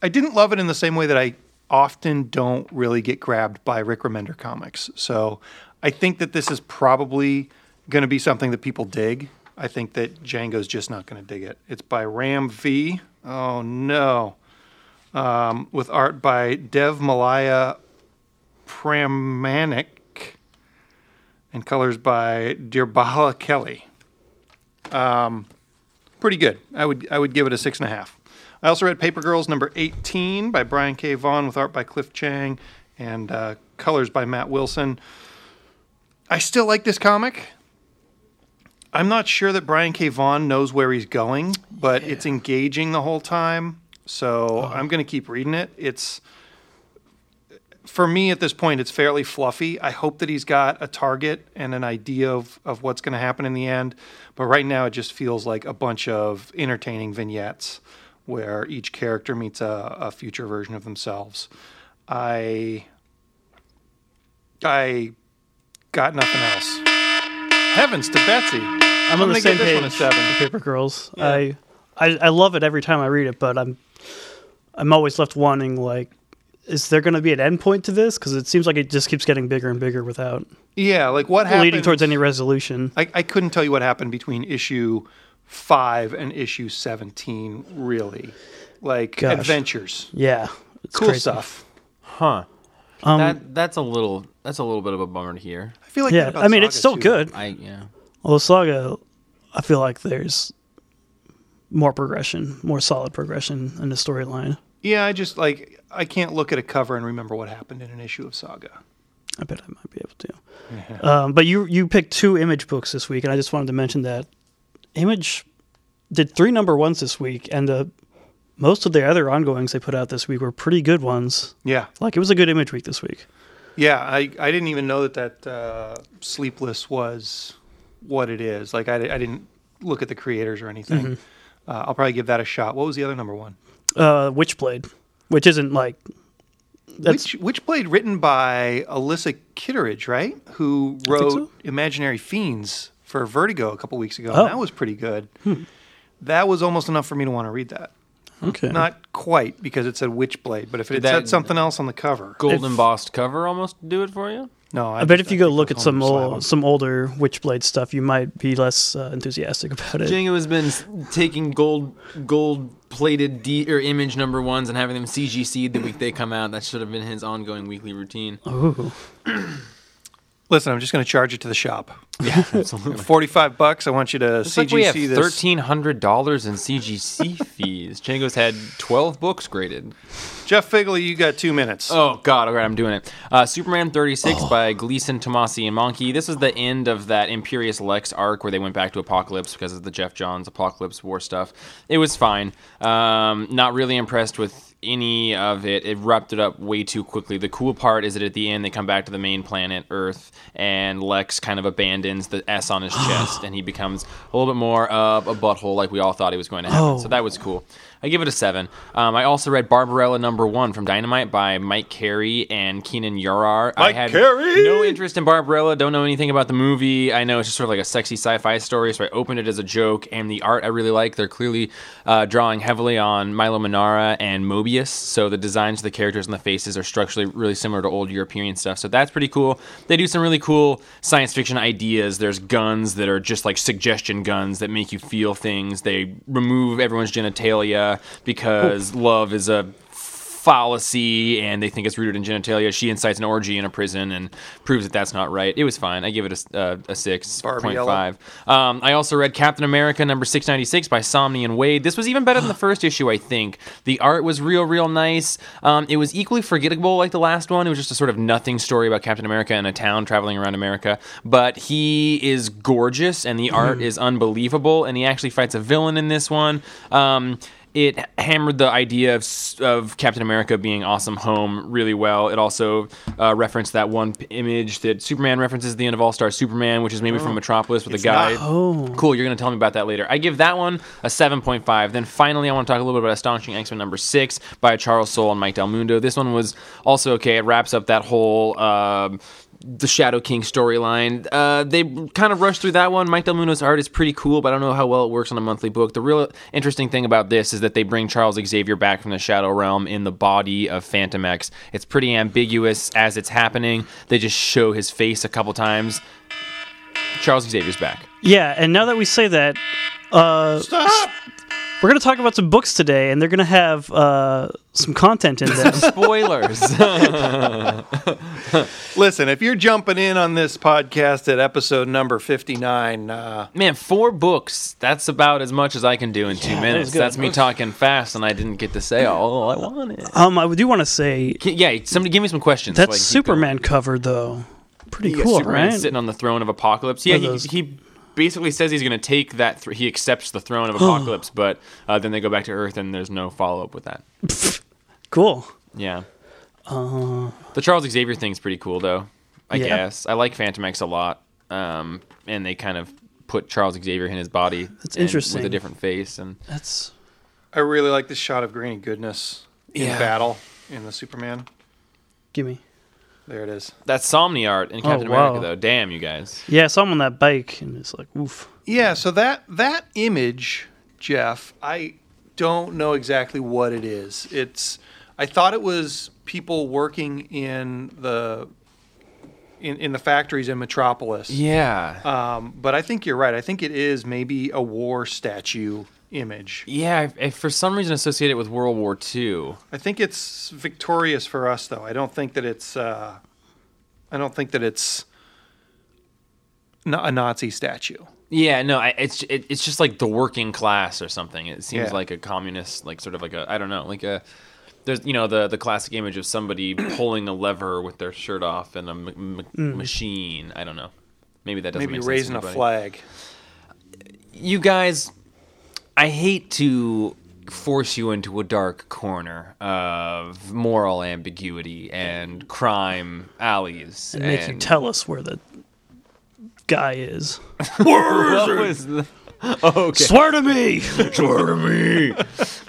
S3: I didn't love it in the same way that I often don't really get grabbed by Rick Remender comics. So I think that this is probably going to be something that people dig. I think that Django's just not going to dig it. It's by Ram V. Oh no. Um, with art by Dev Malaya Pramanic and colors by Dirbala Kelly pretty good. I would I would give it a six and a half. I also read Paper Girls number eighteen by Brian K. Vaughan with art by Cliff Chang and uh, colors by Matt Wilson. I still like this comic. I'm not sure that Brian K. Vaughan knows where he's going, but it's engaging the whole time. So I'm going to keep reading it. It's for me at this point, it's fairly fluffy. I hope that he's got a target and an idea of, of what's going to happen in the end. But right now, it just feels like a bunch of entertaining vignettes where each character meets a, a future version of themselves. I. I got nothing else. Heavens to Betsy.
S2: I'm on
S3: gonna
S2: the same
S3: give this
S2: page.
S3: one a seven.
S2: with Paper Girls. I, I I love it every time I read it, but I'm I'm always left wanting like, is there going to be an end point to this? Because it seems like it just keeps getting bigger and bigger without
S3: Yeah, like what happened?
S2: leading towards any resolution.
S3: I, I couldn't tell you what happened between issue five and issue 17, really. Like
S2: Gosh.
S3: adventures,
S2: Yeah, it's
S3: cool
S2: crazy.
S3: stuff.
S1: Huh.
S2: Um,
S1: that that's a little that's a little bit of a bummer to hear.
S3: I feel like
S2: yeah,
S3: that about
S2: I mean
S3: Saga,
S2: it's still
S3: too.
S2: good.
S1: I yeah.
S2: Although Saga, I feel like there's more progression, more solid progression in the storyline.
S3: Yeah, I just like I can't look at a cover and remember what happened in an issue of Saga.
S2: I bet I might be able to. Um, but you you picked two image books this week, and I just wanted to mention that Image did three number ones this week, and the most of their other ongoings they put out this week were pretty good ones.
S3: Yeah,
S2: Like it was a good image week this week.
S3: yeah. I, I didn't even know that that uh, Sleepless was what it is. Like I, I didn't look at the creators or anything.
S2: Mm-hmm.
S3: Uh, I'll probably give that a shot. What was the other number one?
S2: Uh, Witchblade, which isn't like that's
S3: Which which played written by Alyssa Kitteridge, right? Who wrote
S2: so.
S3: Imaginary Fiends for Vertigo a couple weeks ago.
S2: Oh. Hmm.
S3: And that was pretty good. That was almost enough for me to want to read that.
S2: okay.
S3: Not quite because it said Witchblade, but if it had
S1: That-
S3: said something else on the cover,
S1: Gold embossed cover almost do it for you.
S3: no.
S2: I bet if you go
S3: think
S2: look
S3: that's
S2: at
S3: all I'm
S2: some
S3: gonna slap
S2: old, some older Witchblade stuff, you might be less uh, enthusiastic about it.
S1: Django has been s- taking gold gold plated D or image number ones and having them CGC the week they come out. That should have been his ongoing weekly routine.
S2: Ooh,
S3: on. Listen, I'm just going to charge it to the shop.
S1: Yeah, absolutely.
S3: Forty-five bucks. I want you to
S1: It's
S3: CGC
S1: like we have
S3: this.
S1: thirteen hundred dollars in CGC fees. Django's had twelve books graded.
S3: Jeff Figley, you got two minutes.
S1: Oh God! All right, I'm doing it. Uh, Superman 36 by Gleason, Tomasi, and Monkey. This was the end of that Imperious Lex arc where they went back to Apocalypse because of the Jeff Johns Apocalypse War stuff. It was fine. Um, not really impressed with any of it. It wrapped it up way too quickly. The cool part is that at the end they come back to the main planet Earth, and Lex kind of abandons the S on his chest, and he becomes a little bit more of a butthole, like we all thought he was going to happen.
S2: Oh.
S1: So that was cool. I give it a seven. Um, I also read Barbarella number one from Dynamite by Mike Carey and Keenan Yarar. I
S3: Mike
S1: had
S3: Carey!
S1: no interest in Barbarella. Don't know anything about the movie. I know it's just sort of like a sexy sci-fi story, so I opened it as a joke. And the art I really like. They're clearly uh, drawing heavily on Milo Manara and Mobius, so the designs of the characters and the faces are structurally really similar to old European stuff. So that's pretty cool. They do some really cool science fiction ideas. There's guns that are just like suggestion guns that make you feel things. They remove everyone's genitalia because love is a fallacy and they think it's rooted in genitalia. She incites an orgy in a prison and proves that that's not right. It was fine. I give it a, s- uh, a 6.5. Um, I also read Captain America number 696 by Somni and Wade. This was even better than the first issue, I think. The art was real, real nice. Um, it was equally forgettable like the last one. It was just a sort of nothing story about Captain America and a town traveling around America. But he is gorgeous and the art is unbelievable and he actually fights a villain in this one. Um, it hammered the idea of, s- of Captain America being awesome home really well. It also uh, referenced that one p- image that Superman references at the end of All Star Superman, which is maybe from Metropolis with a guy. Cool, you're going to tell me about that later. I give that one a 7.5. Then finally, I want to talk a little bit about Astonishing X Men number 6 by Charles Soule and Mike Del Mundo. This one was also okay. It wraps up that whole. um the Shadow King storyline. Uh, they kind of rushed through that one. Mike Del Mundo's art is pretty cool, but I don't know how well it works on a monthly book. The real interesting thing about this is that they bring Charles Xavier back from the Shadow Realm in the body of Phantom X. It's pretty ambiguous as it's happening. They just show his face a couple times. Charles Xavier's back.
S2: Yeah, and now that we say that,
S1: Oh.
S3: Stop!
S2: we're going to talk about some books today, and they're going to have uh, some content in them.
S1: Spoilers.
S3: Listen, if you're jumping in on this podcast at episode number 59, uh,
S1: Man, four books. That's about as much as I can do in two minutes.
S2: good.
S1: That's me talking fast, and I didn't get to say all I wanted.
S2: um, I do want to say
S1: K- Yeah, somebody give me some questions. so I
S2: that
S1: can keep going.
S2: Superman cover, though, pretty
S1: Yeah,
S2: cool,
S1: Superman's
S2: right?
S1: sitting on the throne of apocalypse. Yeah,
S2: Look at
S1: he,
S2: those.
S1: he basically says he's going to take that. Th- he accepts the throne of apocalypse, but uh, then they go back to Earth, and there's no follow up with that.
S2: Cool.
S1: Yeah. the Charles Xavier thing's pretty cool, though. I
S2: Uh, Yeah.
S1: guess I like Phantom X a lot, um, and they kind of put Charles Xavier in his body.
S2: That's
S1: and-
S2: interesting.
S1: With a different face, and
S2: That's
S3: I really like the shot of Granny Goodness in
S1: Yeah.
S3: battle in the Superman.
S2: gimme.
S3: There it is.
S1: that's Somni art in Captain
S2: Oh, wow.
S1: America, though. Damn, you guys.
S2: Yeah, so I'm on that bike, and it's like, oof.
S3: Yeah, so that that image, Jeff, I don't know exactly what it is. It's I thought it was people working in the in, in the factories in Metropolis.
S1: Yeah.
S3: Um, but I think you're right. I think it is maybe a war statue image.
S1: yeah, I, I for some reason associate it with World War II.
S3: I think it's victorious for us though. I don't think that it's uh, I don't think that it's na- a Nazi statue.
S1: Yeah, no, I, it's it, it's just like the working class or something. It seems
S3: Yeah.
S1: like a communist, like sort of like a I don't know, like a there's you know the the classic image of somebody pulling a lever with their shirt off and a m- m- machine. I don't know. Maybe that doesn't
S3: Mm. Maybe
S1: make sense to
S3: raising a
S1: anybody.
S3: flag.
S1: You guys, I hate to force you into a dark corner of moral ambiguity and crime alleys
S2: And make you tell us where the guy is.
S1: What was the- okay.
S2: Swear to me!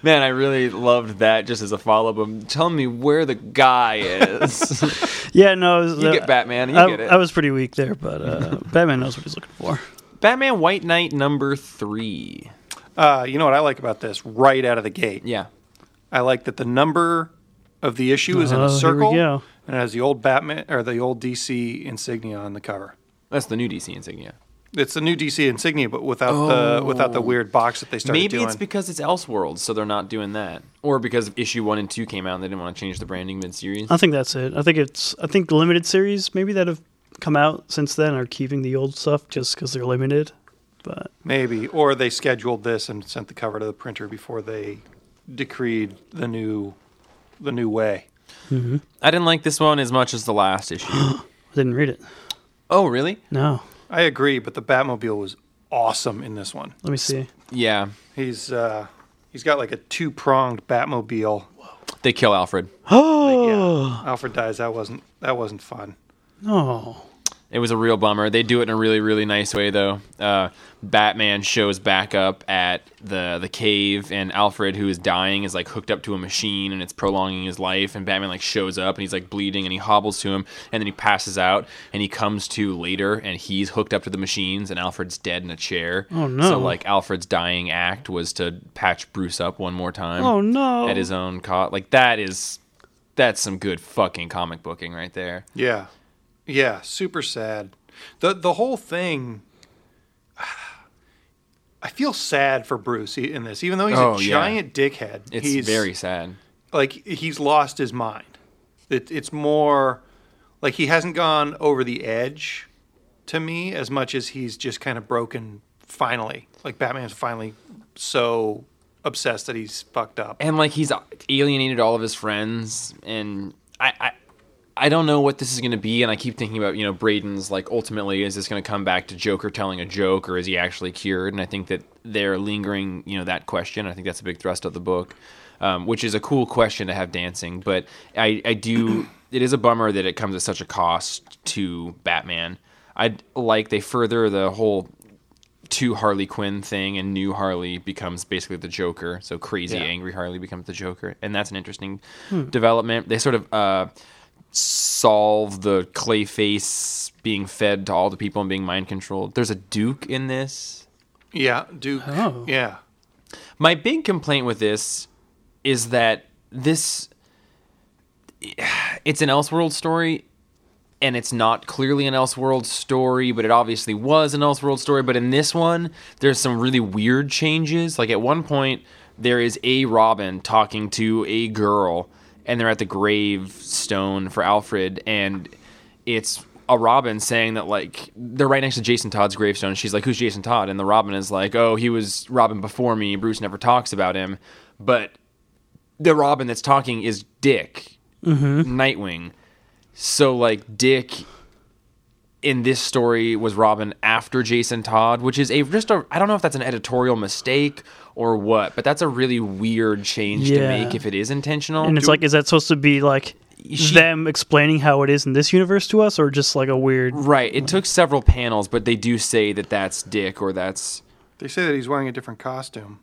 S1: Man, I really loved that just as a follow up of telling me where the guy is.
S2: yeah, no. It was,
S1: you
S2: uh,
S1: get Batman, you
S2: I,
S1: get it.
S2: I was pretty weak there, but uh, Batman knows what he's looking for.
S1: Batman White Knight number three.
S3: Uh, you know what I like about this right out of the gate?
S1: Yeah.
S3: I like that the number of the issue is in
S2: Oh,
S3: a
S2: here we
S3: circle
S2: go.
S3: and it has the old Batman or the old DC insignia on the cover.
S1: That's the new DC insignia.
S3: It's the new DC insignia, but without the without the weird box that they started
S1: Oh. Maybe
S3: doing.
S1: it's because it's Elseworlds, so they're not doing that. Or because issue one and two came out and they didn't want to change the branding mid series.
S2: I think that's it. I think it's. I think limited series maybe that have come out since then are keeping the old stuff just because they're limited. But
S3: Maybe, or they scheduled this and sent the cover to the printer before they decreed the new the new way.
S1: I didn't like this one as much as the last issue.
S2: I didn't read it.
S1: oh, really?
S2: No.
S3: I agree, but the Batmobile was awesome in this one.
S2: Let me see.
S1: Yeah.
S3: He's uh, he's got like a two pronged Batmobile.
S1: They kill Alfred.
S2: Oh,
S3: yeah, Alfred dies. That wasn't that wasn't fun.
S2: no.
S1: It was a real bummer. They do it in a really, really nice way, though. Uh, Batman shows back up at the the cave, and Alfred, who is dying, is like hooked up to a machine, and it's prolonging his life. And Batman like shows up, and he's like bleeding, and he hobbles to him, and then he passes out, and he comes to later, and he's hooked up to the machines, and Alfred's dead in a chair.
S2: Oh, no.
S1: So like Alfred's dying act was to patch Bruce up one more time.
S2: Oh, no.
S1: At his own cost. Like that is, that's some good fucking comic booking right there.
S3: Yeah. Yeah, super sad. The the whole thing I feel sad for Bruce e- in this. Even though he's
S1: Oh,
S3: a
S1: yeah.
S3: giant dickhead,
S1: It's
S3: he's
S1: very sad.
S3: like he's lost his mind. It, it's more like he hasn't gone over the edge to me as much as he's just kind of broken finally. Like Batman's finally so obsessed that he's fucked up.
S1: and like he's alienated all of his friends and i i I don't know what this is going to be, and I keep thinking about you know Braden's like ultimately is this going to come back to Joker telling a joke, or is he actually cured? And I think that they're lingering you know that question. I think that's a big thrust of the book, um, which is a cool question to have dancing. But I I do it is a bummer that it comes at such a cost to Batman. I like they further the whole to Harley Quinn thing, and new Harley becomes basically the Joker. So crazy,
S3: Yeah.
S1: angry Harley becomes the Joker, and that's an interesting development. They sort of uh, solve the Clayface being fed to all the people and being mind controlled. There's a Duke in this.
S3: Yeah, Duke.
S2: Oh.
S3: Yeah.
S1: My big complaint with this is that this it's an Elseworld story and it's not clearly an Elseworld story, but it obviously was an Elseworld story, but in this one there's some really weird changes. Like at one point there is a Robin talking to a girl and they're at the gravestone for Alfred and it's a Robin saying that like they're right next to Jason Todd's gravestone. She's like, "Who's Jason Todd?" And the Robin is like, "Oh, he was Robin before me. Bruce never talks about him." But the Robin that's talking is Dick
S2: Mm-hmm.
S1: Nightwing. So like Dick in this story was Robin after Jason Todd, which is a just a I don't know if that's an editorial mistake or what, but that's a really weird change to
S2: Yeah.
S1: make if it is intentional.
S2: And it's like, is that supposed to be like
S1: She-
S2: them explaining how it is in this universe to us, or just like a weird?
S1: right, it took several panels, but they do say that that's Dick or that's
S3: They say that he's wearing a different costume,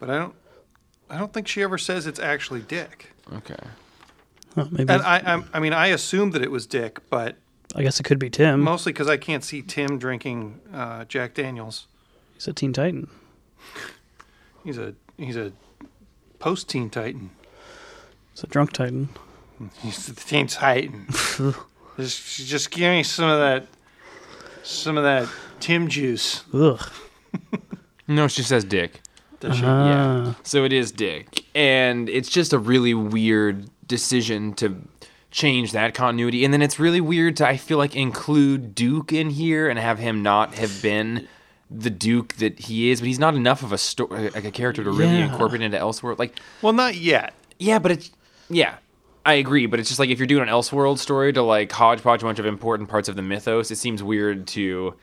S3: but I don't. I don't think she ever says it's actually Dick.
S1: okay.
S2: Oh, maybe
S3: And I, I, I mean, I assumed that it was Dick, but
S2: I guess it could be Tim.
S3: mostly because I can't see Tim drinking uh, Jack Daniels.
S2: He's a Teen Titan.
S3: He's a he's a post Teen Titan.
S2: He's a drunk Titan.
S3: He's the Teen Titan. just, just give me some of that, some of that Tim juice.
S2: Ugh.
S1: No, she says Dick.
S3: That she-
S1: Yeah. So it is Dick. And it's just a really weird decision to change that continuity. And then it's really weird to, I feel like, include Duke in here and have him not have been the Duke that he is. But he's not enough of a sto- like a character to really
S2: Yeah.
S1: incorporate into Elseworld. Like,
S3: Well, not yet.
S1: yeah, but it's yeah. I agree, but it's just like if you're doing an Elseworld story to like hodgepodge a bunch of important parts of the mythos, it seems weird to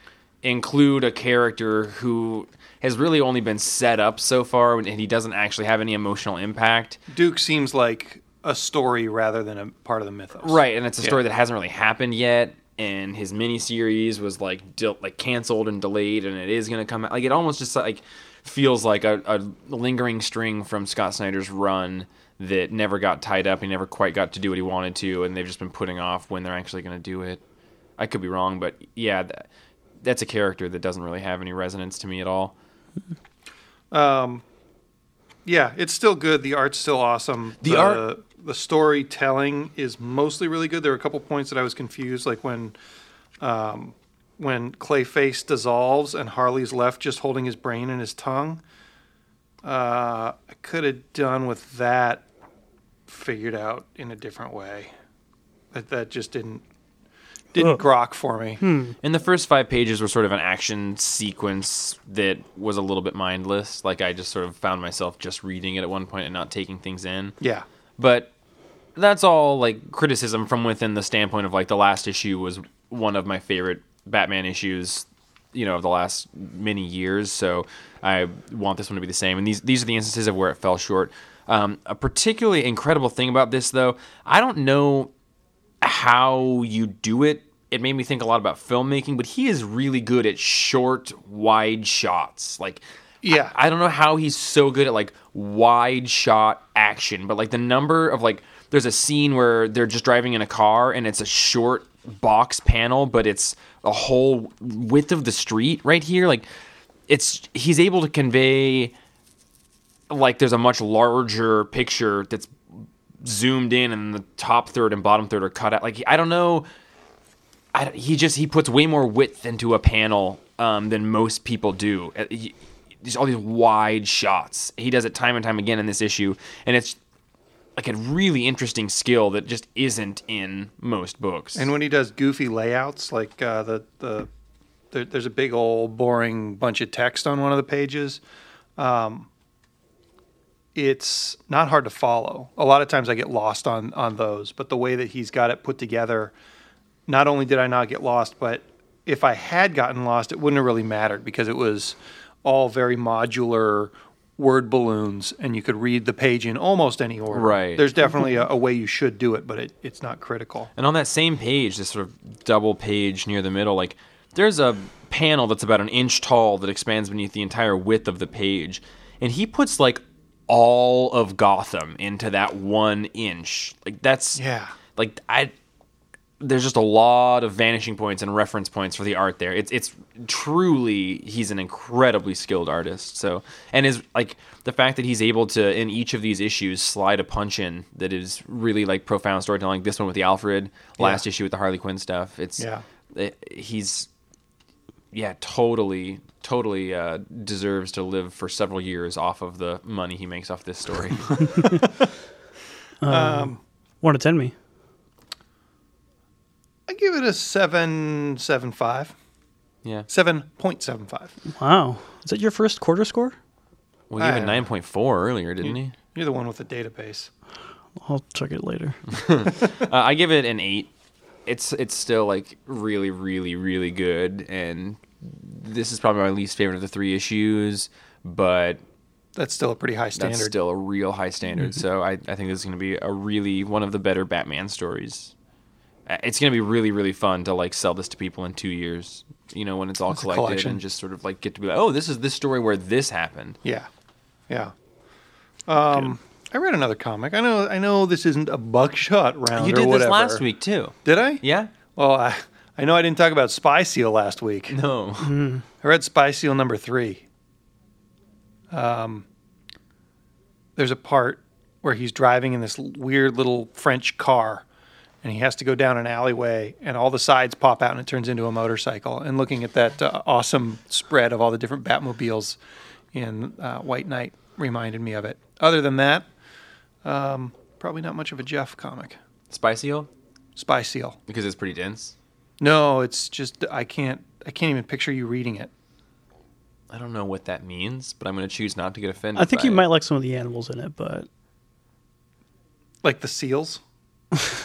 S1: include a character who has really only been set up so far and he doesn't actually have any emotional impact.
S3: Duke seems like a story rather than a part of the mythos.
S1: Right, and it's a story
S3: Yeah.
S1: that hasn't really happened yet. And his miniseries was like del- like canceled and delayed, and it is going to come out. Like it almost just like feels like a, a lingering string from Scott Snyder's run that never got tied up. He never quite got to do what he wanted to, and they've just been putting off when they're actually going to do it. I could be wrong, but yeah, that, that's a character that doesn't really have any resonance to me at all.
S3: Yeah, it's still good. The art's still awesome.
S1: The art-
S3: the storytelling is mostly really good. There were a couple points that I was confused, like when, um, when Clayface dissolves and Harley's left just holding his brain and his tongue. Uh, I could have done with that figured out in a different way. That that just didn't didn't
S2: Ugh.
S3: grok for me.
S1: And the first five pages were sort of an action sequence that was a little bit mindless. Like I just sort of found myself just reading it at one point and not taking things in.
S3: Yeah,
S1: But that's all like criticism from within the standpoint of like the last issue was one of my favorite Batman issues, you know, of the last many years. So I want this one to be the same. And these these are the instances of where it fell short. Um, a particularly incredible thing about this, though, I don't know how you do it. It made me think a lot about filmmaking, but he is really good at short, wide shots. Like,
S3: Yeah.
S1: I, I don't know how he's so good at like wide shot action, but like the number of like, there's a scene where they're just driving in a car and it's a short box panel, but it's a whole width of the street right here. Like, it's he's able to convey like there's a much larger picture that's zoomed in and the top third and bottom third are cut out like i don't know I, don't- he just he puts way more width into a panel um, than most people do Uh, he- there's all these wide shots he does it time and time again in this issue and it's like a really interesting skill that just isn't in most books
S3: And when he does goofy layouts, like uh, the the there, there's a big old boring bunch of text on one of the pages, um, it's not hard to follow. A lot of times I get lost on on those, but the way that he's got it put together, not only did I not get lost, but if I had gotten lost, it wouldn't have really mattered because it was all very modular word balloons, and you could read the page in almost any order.
S1: Right.
S3: There's definitely a, a way you should do it, but it, it's not critical.
S1: And on that same page, this sort of double page near the middle, like there's a panel that's about an inch tall that expands beneath the entire width of the page. And he puts like all of Gotham into that one inch. Like that's
S3: Yeah.
S1: Like I there's just a lot of vanishing points and reference points for the art there. It's it's truly he's an incredibly skilled artist. So and is like the fact that he's able to in each of these issues slide a punch in that is really like profound storytelling. This one with the Alfred, last issue with the Harley Quinn stuff. It's
S3: Yeah.
S1: it- he's yeah totally totally uh, deserves to live for several years off of the money he makes off this story.
S2: One to ten me.
S3: I give it a seven seven five.
S1: yeah,
S3: Seven point seven five.
S2: Wow. Is that your first quarter score?
S1: well you
S3: I uh,
S1: had
S3: don't know.
S1: nine point four earlier, didn't he?
S3: You're the one with the database.
S2: I'll check it later.
S1: Uh, I give it an eight. It's it's still like really really really good, and this is probably my least favorite of the three issues, but
S3: That's still a pretty high standard. Mm-hmm.
S1: that's still a real high standard. so I, I think this is going to be a really one of the better Batman stories. Uh, It's going to be really really fun to like sell this to people in two years. You know when it's all
S3: a
S1: collected
S3: collection.
S1: and just sort of like get to be like, oh, this is this story where this happened.
S3: yeah, yeah. Um, I read another comic. I know. I know this isn't a buckshot round.
S1: You
S3: or
S1: did this
S3: whatever.
S1: last week too.
S3: Did I?
S1: Yeah.
S3: Well, I, I know I didn't talk about Spy Seal last week.
S1: No.
S3: I read Spy Seal number three. Um, there's a part where he's driving in this l- weird little French car, and he has to go down an alleyway, and all the sides pop out, and it turns into a motorcycle. And looking at that uh, awesome spread of all the different Batmobiles in uh, White Knight reminded me of it. Other than that, um, probably not much of a Jeff comic.
S1: Spicy Hill?
S3: Spy Seal.
S1: because it's pretty dense.
S3: No, it's just I can't. I can't even picture you reading it.
S1: I don't know what that means, but I'm going to choose not to get offended.
S2: I think
S1: by
S2: you
S1: it.
S2: might like some of the animals in it, but
S3: Like the seals.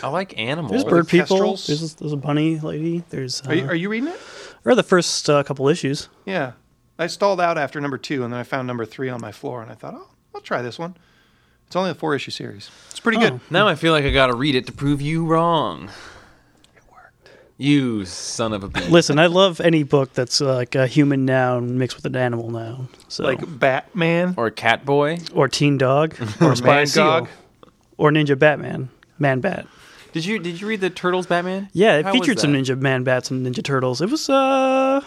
S1: I like animals.
S2: there's bird people.
S3: kestrels?
S2: There's, there's a bunny lady. There's uh,
S3: Are you, are you reading it?
S2: or the first uh, couple issues.
S3: Yeah. I stalled out after number two, and then I found number three on my floor, and I thought, oh, I'll try this one. It's only a four issue series. It's pretty
S2: Oh.
S3: good.
S1: Now I feel like I got to read it to prove you wrong.
S3: It worked.
S1: You son of a bitch.
S2: Listen, I love any book that's uh, like a human noun mixed with an animal noun. So
S3: Like Batman
S1: or cat boy.
S2: or Teen Dog or
S3: or
S2: Spy
S3: Mangog.
S2: Seal or Ninja Batman, Man Bat.
S1: Did you did you read the Turtles Batman?
S2: Yeah, it
S1: How was
S2: featured some
S1: that?
S2: Ninja Man Bats and Ninja Turtles. It was uh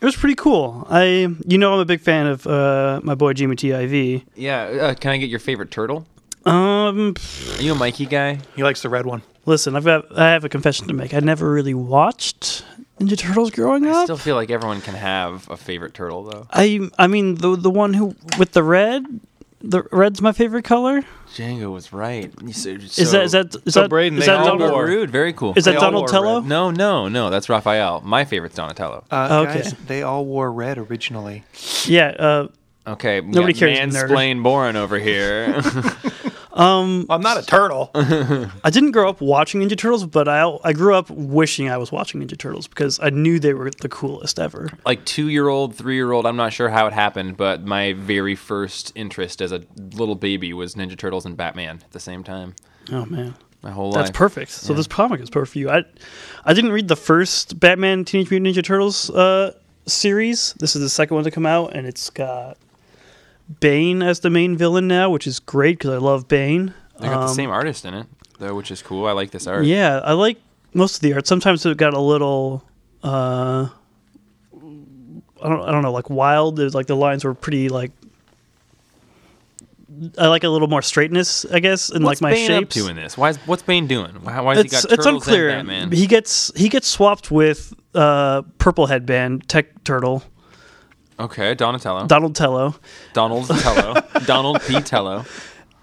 S2: it was pretty cool. I you know I'm a big fan of uh my boy Jimmy TIV.
S1: Yeah. Uh, can I get your favorite turtle?
S2: Um
S1: Are you a Mikey guy?
S3: He likes the red one.
S2: listen, I've got I have a confession to make. I never really watched Ninja Turtles growing
S1: I
S2: up.
S1: still feel like everyone can have a favorite turtle though.
S2: I I mean the the one who with the red the red's my favorite color.
S1: Django was right. You said-
S2: Is
S1: so-
S2: that is that is
S3: so
S2: that,
S3: Braden,
S2: is
S3: they
S2: that
S3: all
S2: Donald,
S3: wore-
S1: rude? Very cool.
S2: is that
S3: all
S2: Donald
S3: wore
S2: Tello?
S3: red.
S1: no, no, no. That's Raphael. My favorite's Donatello.
S3: Uh,
S2: Okay.
S3: Guys, they all wore red originally.
S2: Yeah. Uh,
S1: Okay, we
S2: Nobody
S1: got
S2: cares, nerd.
S1: Mansplain Boren over here.
S3: I'm not a turtle.
S2: I didn't grow up watching Ninja Turtles, but I I grew up wishing I was watching Ninja Turtles because I knew they were the coolest ever.
S1: like two year old, three year old. I'm not sure how it happened, but my very first interest as a little baby was Ninja Turtles and Batman at the same time.
S2: Oh man.
S1: My whole
S2: That's
S1: life.
S2: perfect. So this comic is perfect for you. I, I didn't read the first Batman Teenage Mutant Ninja Turtles uh, series. This is the second one to come out, and it's got Bane as the main villain now, which is great because I love Bane.
S1: They got the
S2: Um,
S1: same artist in it though, which is cool. I like this art.
S2: Yeah, I like most of the art. Sometimes it got a little, uh, I don't, I don't know, like wild. It was like the lines were pretty like. I like a little more straightness, I guess, in
S1: What's
S2: like my
S1: Bane up
S2: shapes.
S1: to in this? Why is, what's Bane doing? Why, why has he got
S2: It's,
S1: turtles
S2: it's unclear.
S1: and Batman?
S2: He gets he gets swapped with uh, purple headband Tech Turtle
S1: okay, Donatello.
S2: Donald Tello,
S1: Donald Tello. Donald P. Tello.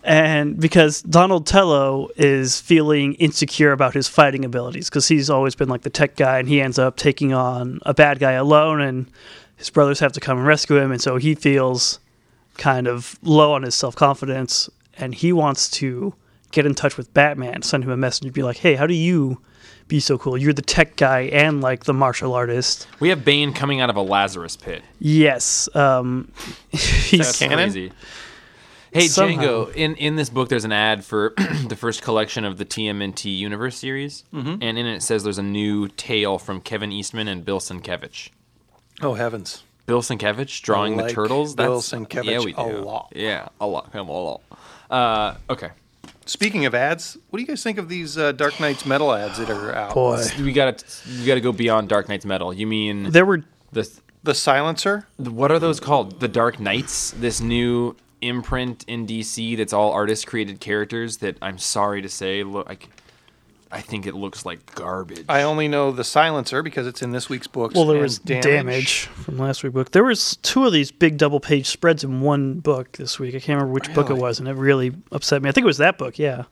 S2: and because Donald Tello is feeling insecure about his fighting abilities because he's always been like the tech guy, and he ends up taking on a bad guy alone, and his brothers have to come and rescue him, and so he feels kind of low on his self confidence, and he wants to get in touch with Batman, send him a message, and be like, "Hey, how do you?" Be so cool. You're the tech guy and like the martial artist.
S1: We have Bane coming out of a Lazarus pit.
S2: Yes. Um,
S1: That's
S2: he's,
S3: Canon?
S1: crazy. Hey
S2: Somehow.
S1: Django, in, in this book there's an ad for the first collection of the TMNT Universe series,
S3: Mm-hmm.
S1: and in it says there's a new tale from Kevin Eastman and Bill Sienkiewicz.
S3: oh heavens!
S1: Bill Sienkiewicz drawing the
S3: like
S1: turtles.
S3: Bill
S1: That's
S3: Sienkiewicz
S1: yeah, we do.
S3: a lot.
S1: Yeah, a lot. Him a lot. Uh, okay,
S3: Speaking of ads, what do you guys think of these uh, Dark Knights metal ads that are out?
S2: boy.
S1: we gotta we gotta go beyond Dark Knight's metal. You mean
S2: There were
S1: the
S3: The silencer.
S1: what are those called? The Dark Knights, this new imprint in DC that's all artist created characters that I'm sorry to say look I, c- I think it looks like garbage.
S3: I only know the silencer because it's in this week's books.
S2: well, there
S3: and
S2: was damage. from last week's book. There was two of these big double page spreads in one book this week. I can't remember which book it
S3: Really?
S2: was, and it really upset me. I think it was that book. Yeah,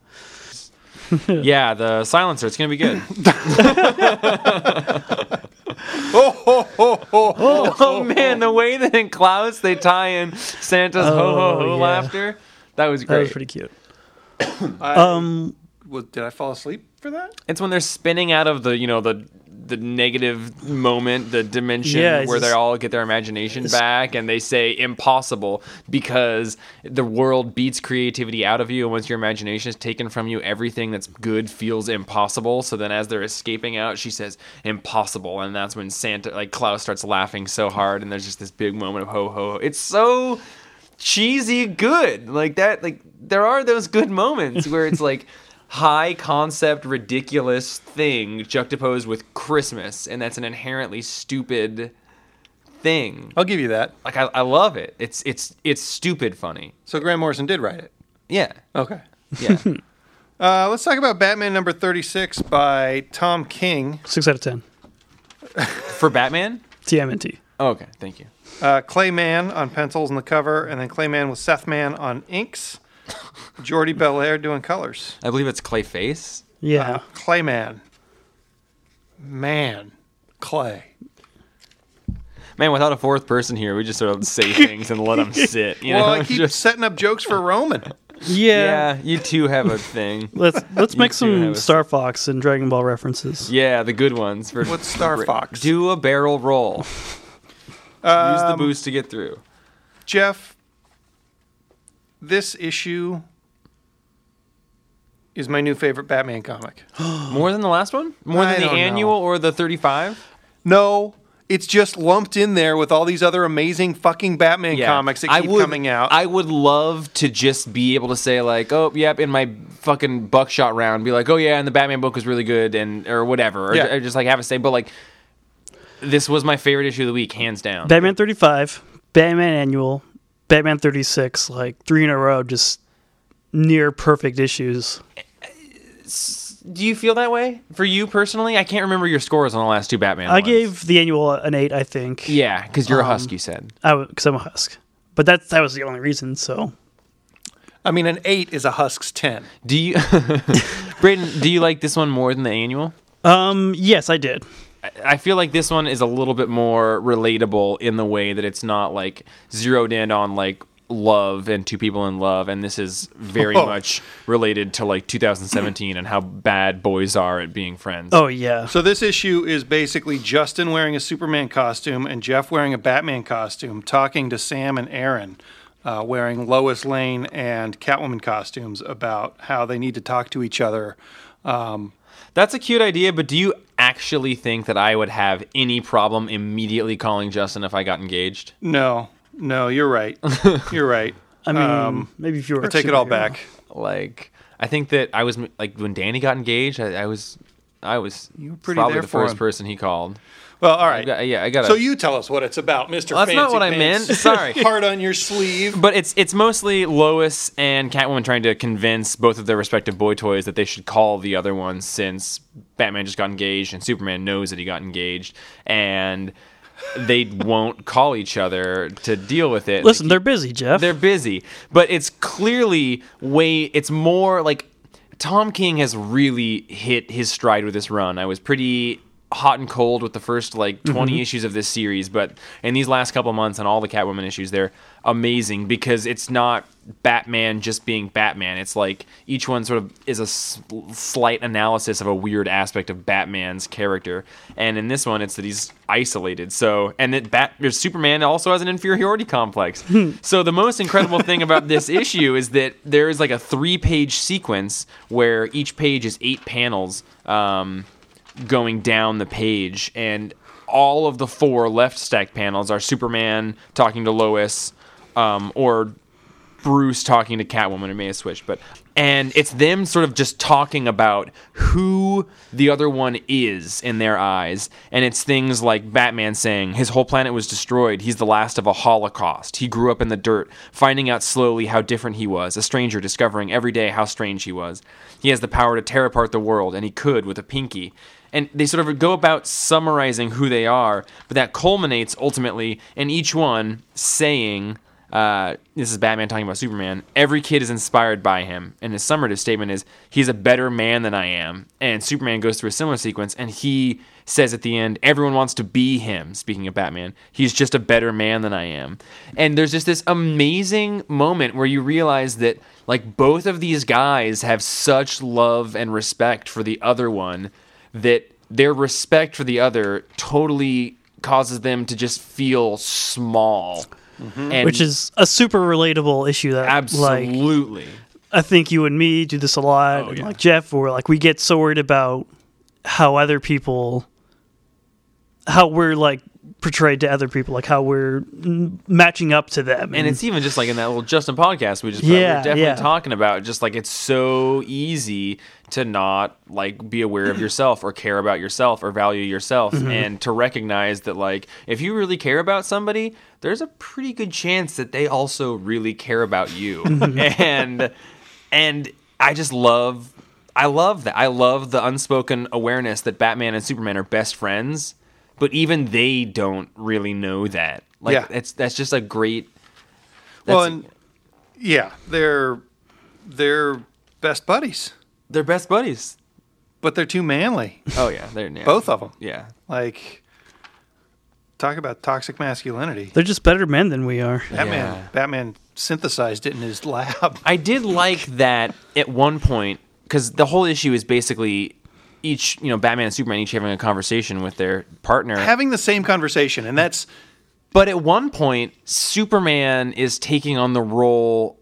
S1: yeah, the silencer, it's going to be good. oh, man, the way that in Klaus they tie in Santa's ho ho ho
S2: Oh, yeah.
S1: laughter. That was
S2: that
S1: great.
S2: was pretty cute.
S3: I,
S2: Um,
S3: was- did I fall asleep for that?
S1: It's when they're spinning out of the, you know, the the negative moment, the dimension
S2: Yeah, it's
S1: where they
S2: just-
S1: all get their imagination
S2: it's-
S1: back and they say impossible because the world beats creativity out of you and once your imagination is taken from you, everything that's good feels impossible. So then as they're escaping out, she says impossible and that's when Santa like Klaus starts laughing so hard and there's just this big moment of ho ho. ho. It's so cheesy good like that like there are those good moments where it's like high concept ridiculous thing juxtaposed with christmas and that's an inherently stupid thing
S3: I'll give you that.
S1: like i, I love it it's it's it's stupid funny
S3: So Graham Morrison did write it.
S1: yeah
S3: Okay.
S1: yeah
S3: Uh, let's talk about Batman number 36 by Tom King.
S2: six out of ten.
S1: for batman
S2: TMNT.
S1: oh, okay thank you
S3: Uh, Clayman on pencils on the cover, and then Clayman with Seth Mann on inks. Jordi Belair doing colors.
S1: i believe it's clayface
S2: Yeah,
S3: Clayman. Man. Clay.
S1: man without a fourth person here we just sort of say things and let them sit you
S3: well,
S1: know
S3: I keep
S1: Just-
S3: setting up jokes for Roman.
S2: yeah.
S1: yeah you two have a thing
S2: Let's let's
S1: You
S2: make
S1: two
S2: some
S1: have a-
S2: Star Fox and Dragon Ball references.
S1: yeah the good ones for
S3: What's Star Fox?
S1: do a barrel roll Use the
S3: Um,
S1: boost to get through.
S3: Jeff, this issue is my new favorite Batman comic.
S1: More than the last one? More
S3: I
S1: than the
S3: don't know.
S1: annual or the 35?
S3: No, it's just lumped in there with all these other amazing fucking Batman comics that keep
S1: I would,
S3: coming out.
S1: I would love to just be able to say like, "Oh, yep," in my fucking buckshot round, be like, "Oh yeah," and the Batman book was really good, and or whatever, or,
S3: Yeah.
S1: ju- or just like have a say. But like, this was my favorite issue of the week, hands down.
S2: Batman thirty five, Batman Annual, Batman thirty six, like three in a row, just near perfect issues.
S1: Do you feel that way for you personally? I can't remember your scores on the last two Batman.
S2: I
S1: ones.
S2: gave Um, the annual an eight, I think.
S1: yeah, because you're a husk. You said
S2: because I'm a husk. But that's that was the only reason. So
S3: I mean, an eight is a Husk's ten.
S1: Do you, Braden? Do you like this one more than the annual?
S2: um, yes, I did.
S1: I feel like this one is a little bit more relatable in the way that it's not like zeroed in on like love and two people in love, and this is very
S3: Oh.
S1: much related to like 2017 and how bad boys are at being friends.
S2: Oh yeah.
S3: So this issue is basically Justin wearing a Superman costume and Jeff wearing a Batman costume, talking to Sam and Aaron, uh, wearing Lois Lane and Catwoman costumes about how they need to talk to each other. Um,
S1: That's a cute idea, but do you actually think that I would have any problem immediately calling Justin if I got engaged?
S3: no, no, you're right. You're right.
S2: I mean, Um, maybe if you were
S3: I take it all back.
S1: Like, I think that I was like when Danny got engaged, I, I was, I was
S3: You were pretty
S1: probably
S3: there
S1: the
S3: for
S1: first
S3: him.
S1: person he called.
S3: Well, all
S1: I
S3: right.
S1: got- yeah, I got.
S3: So you tell us what it's about, Mister.
S1: Well, that's not what I meant. Sorry.
S3: Heart on your sleeve.
S1: But it's it's mostly Lois and Catwoman trying to convince both of their respective boy toys that they should call the other one since Batman just got engaged and Superman knows that he got engaged and they won't call each other to deal with it.
S2: Listen, they're busy, Jeff.
S1: They're busy, but it's clearly way. It's more like Tom King has really hit his stride with this run. I was pretty hot and cold with the first like 20 issues of this series, but in these last couple months and all the Catwoman issues, they're amazing because it's not Batman just being Batman. It's like each one sort of is a s- slight analysis of a weird aspect of Batman's character. And in this one, it's that he's isolated. So, and that Bat- or Superman also has an inferiority complex. so, the most incredible thing about this issue is that there is like a three page sequence where each page is eight panels um, going down the page. And all of the four left stack panels are Superman talking to Lois um, or Bruce talking to Catwoman. It may have switched, but and it's them sort of just talking about who the other one is in their eyes, and it's things like Batman saying his whole planet was destroyed. He's the last of a Holocaust. He grew up in the dirt, finding out slowly how different he was. A stranger discovering every day how strange he was. He has the power to tear apart the world, and he could with a pinky and they sort of go about summarizing who they are, but that culminates ultimately in each one saying, uh, "This is Batman talking about Superman." Every kid is inspired by him, and his summative statement is, "He's a better man than I am." And Superman goes through a similar sequence, and he says at the end, "Everyone wants to be him." Speaking of Batman, he's just a better man than I am, and there's just this amazing moment where you realize that like both of these guys have such love and respect for the other one that their respect for the other totally causes them to just feel small. And
S2: which is a super relatable issue that like
S1: absolutely
S2: I think you and me do this a lot,
S3: Oh,
S2: and
S1: yeah.
S2: like Jeff, where like we get so worried about how other people, how we're like portrayed to other people, like how we're mm, matching up to them,
S1: and it's even just like in that little Justin podcast we just put out,
S2: Mm-hmm. Yeah,
S1: we're definitely
S2: yeah.
S1: talking about just like it's so easy to not like be aware of yourself or care about yourself or value yourself
S2: Mm-hmm.
S1: and to recognize that like if you really care about somebody there's a pretty good chance that they also really care about you
S2: Mm-hmm.
S1: and and I just love I love that I love the unspoken awareness that Batman and Superman are best friends but even they don't really know that like
S3: Yeah.
S1: it's that's just a great
S3: Well,
S1: that's-
S3: and yeah, they're they're best buddies,
S1: They're best buddies.
S3: but they're too manly.
S1: Oh yeah, they're yeah.
S3: Both of them.
S1: Yeah,
S3: Like, talk about toxic masculinity.
S2: they're just better men than we are.
S3: Batman,
S1: Yeah.
S3: Batman synthesized it in his lab.
S1: I did like that at one point because the whole issue is basically each you know Batman and Superman each having a conversation with their partner.
S3: Having the same conversation, and that's
S1: But at one point, Superman is taking on the role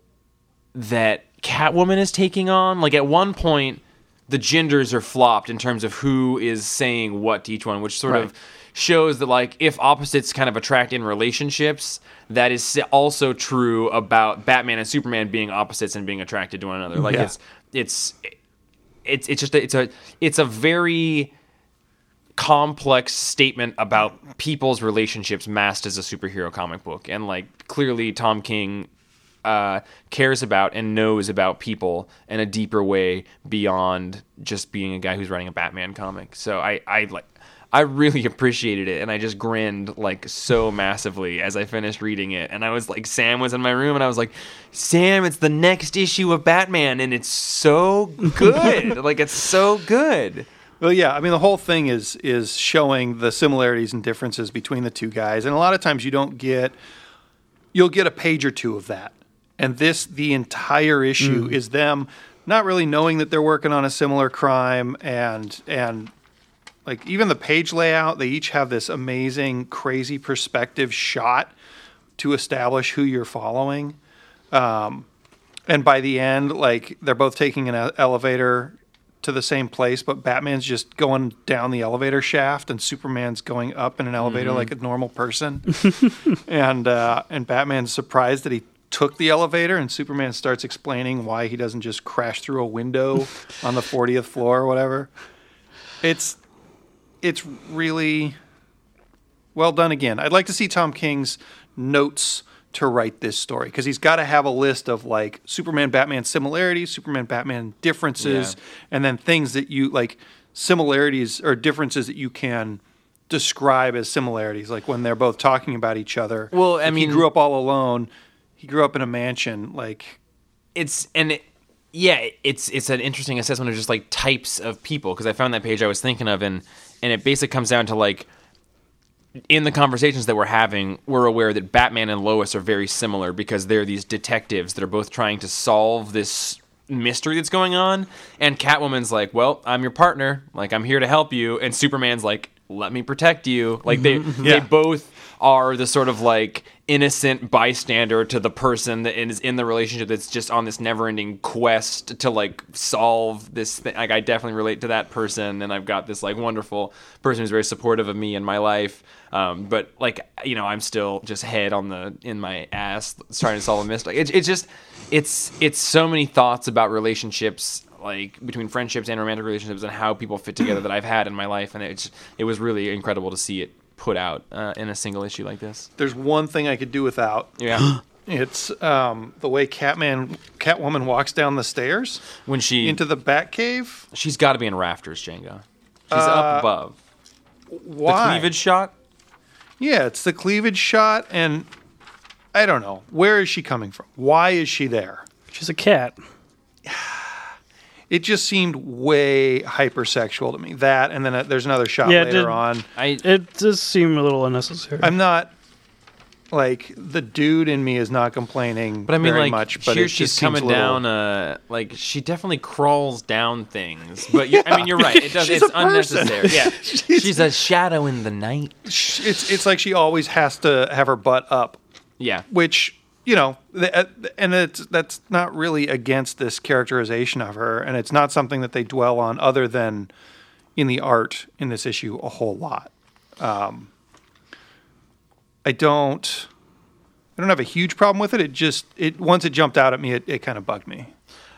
S1: that Catwoman is taking on. Like at one point, the genders are flopped in terms of who is saying what to each one, which sort of
S3: Right.
S1: shows that like if opposites kind of attract in relationships, that is also true about Batman and Superman being opposites and being attracted to one another. Like
S3: Yeah.
S1: it's it's it's it's just a, it's a it's a very complex statement about people's relationships masked as a superhero comic book and like clearly tom king uh, cares about and knows about people in a deeper way beyond just being a guy who's writing a batman comic so i i like I really appreciated it, and I just grinned like so massively as I finished reading it. And I was like, Sam was in my room, and I was like, Sam, it's the next issue of Batman, and it's so good. like, it's so good.
S3: Well, yeah, I mean the whole thing is is showing the similarities and differences between the two guys, and a lot of times you don't get, you'll get a page or two of that, And this, the entire issue is them not really knowing that they're working on a similar crime and and like even the page layout, they each have this amazing, crazy perspective shot to establish who you're following. Um, and by the end, like they're both taking an e- elevator to the same place, but Batman's just going down the elevator shaft, and Superman's going up in an elevator like a normal person. and uh, and Batman's surprised that he took the elevator, and Superman starts explaining why he doesn't just crash through a window on the 40th floor or whatever. It's it's really well done again. I'd like to see Tom King's notes to write this story because he's got to have a list of like Superman Batman similarities, Superman Batman differences,
S1: Yeah.
S3: and then things that you like similarities or differences that you can describe as similarities, like when they're both talking about each other.
S1: Well, I
S3: Like,
S1: mean-
S3: he grew up all alone. He grew up in a mansion. Like,
S1: it's and it, yeah, it's it's an interesting assessment of just like types of people because I found that page I was thinking of and and it basically comes down to like in the conversations that we're having, we're aware that Batman and Lois are very similar because they're these detectives that are both trying to solve this mystery that's going on. And Catwoman's like, "Well, I'm your partner. Like, I'm here to help you." And Superman's like, "Let me protect you." Like they they
S3: Yeah.
S1: both are the sort of like innocent bystander to the person that is in the relationship that's just on this never-ending quest to like solve this thing like i definitely relate to that person and i've got this like wonderful person who's very supportive of me in my life um, but like you know i'm still just head on the in my ass trying to solve a mystery Like, it's it's just it's it's so many thoughts about relationships like between friendships and romantic relationships and how people fit together that i've had in my life and it's it was really incredible to see it put out uh, in a single issue like this
S3: there's one thing I could do without.
S1: yeah
S3: It's um, the way Catman, Catwoman walks down the stairs
S1: when she
S3: into the Batcave.
S1: She's got to be in rafters, Jenga. She's up above. The
S3: Uh, Why?
S1: cleavage shot.
S3: Yeah, it's the cleavage shot, and I don't know where is she coming from. Why is she there?
S2: She's a cat.
S3: It just seemed way hypersexual to me. That, and then uh, there's another shot
S2: Yeah, it
S3: later
S2: did.
S3: on.
S1: I
S2: It does seem a little unnecessary.
S3: I'm not like the dude in me is not complaining,
S1: but I mean
S3: very
S1: like
S3: much. But
S1: here
S3: it
S1: she's
S3: just
S1: coming
S3: seems a little-
S1: down uh like she definitely crawls down things. But you, I mean you're right. It does
S3: She's
S1: it's
S3: a person.
S1: unnecessary. Yeah. she's,
S3: She's-
S1: a shadow in the night.
S3: Sh- It's it's like she always has to have her butt up
S1: Yeah.
S3: which you know th- uh, and it's that's not really against this characterization of her and it's not something that they dwell on other than in the art in this issue a whole lot um, i don't i don't have a huge problem with it it just it once it jumped out at me it, it kind of bugged me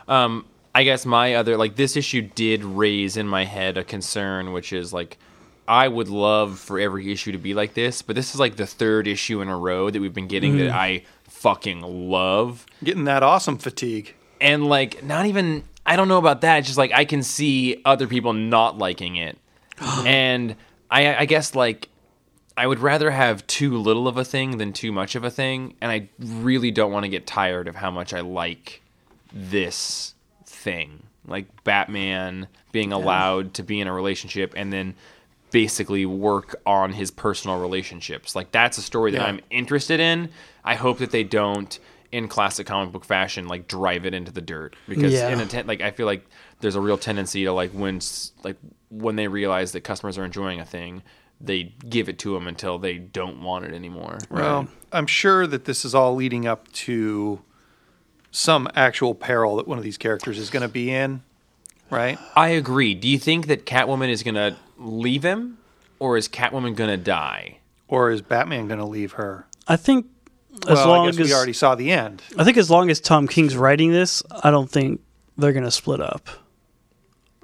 S1: Um, I guess my other like this issue did raise in my head a concern, which is like I would love for every issue to be like this, but this is like the third issue in a row that we've been getting that I fucking love.
S3: getting that awesome fatigue
S1: and like not even I don't know about that. It's just like I can see other people not liking it, and I, I guess like I would rather have too little of a thing than too much of a thing, and I really don't want to get tired of how much I like this thing, like Batman being allowed to be in a relationship and then basically work on his personal relationships. Like that's a story that
S3: Yeah.
S1: I'm interested in. I hope that they don't in classic comic book fashion like drive it into the dirt because
S2: Yeah.
S1: in a ten- like I feel like there's a real tendency to like when s- like when they realize that customers are enjoying a thing, they give it to them until they don't want it anymore.
S3: Well, I'm sure that this is all leading up to some actual peril that one of these characters is going to be in, right?
S1: I agree. Do you think that Catwoman is going to leave him or is Catwoman going to die?
S3: Or is Batman going to leave her?
S2: I think as
S3: well,
S2: long
S3: I guess
S2: as
S3: we already saw the end.
S2: I think as long as Tom King's writing this, I don't think they're gonna split up.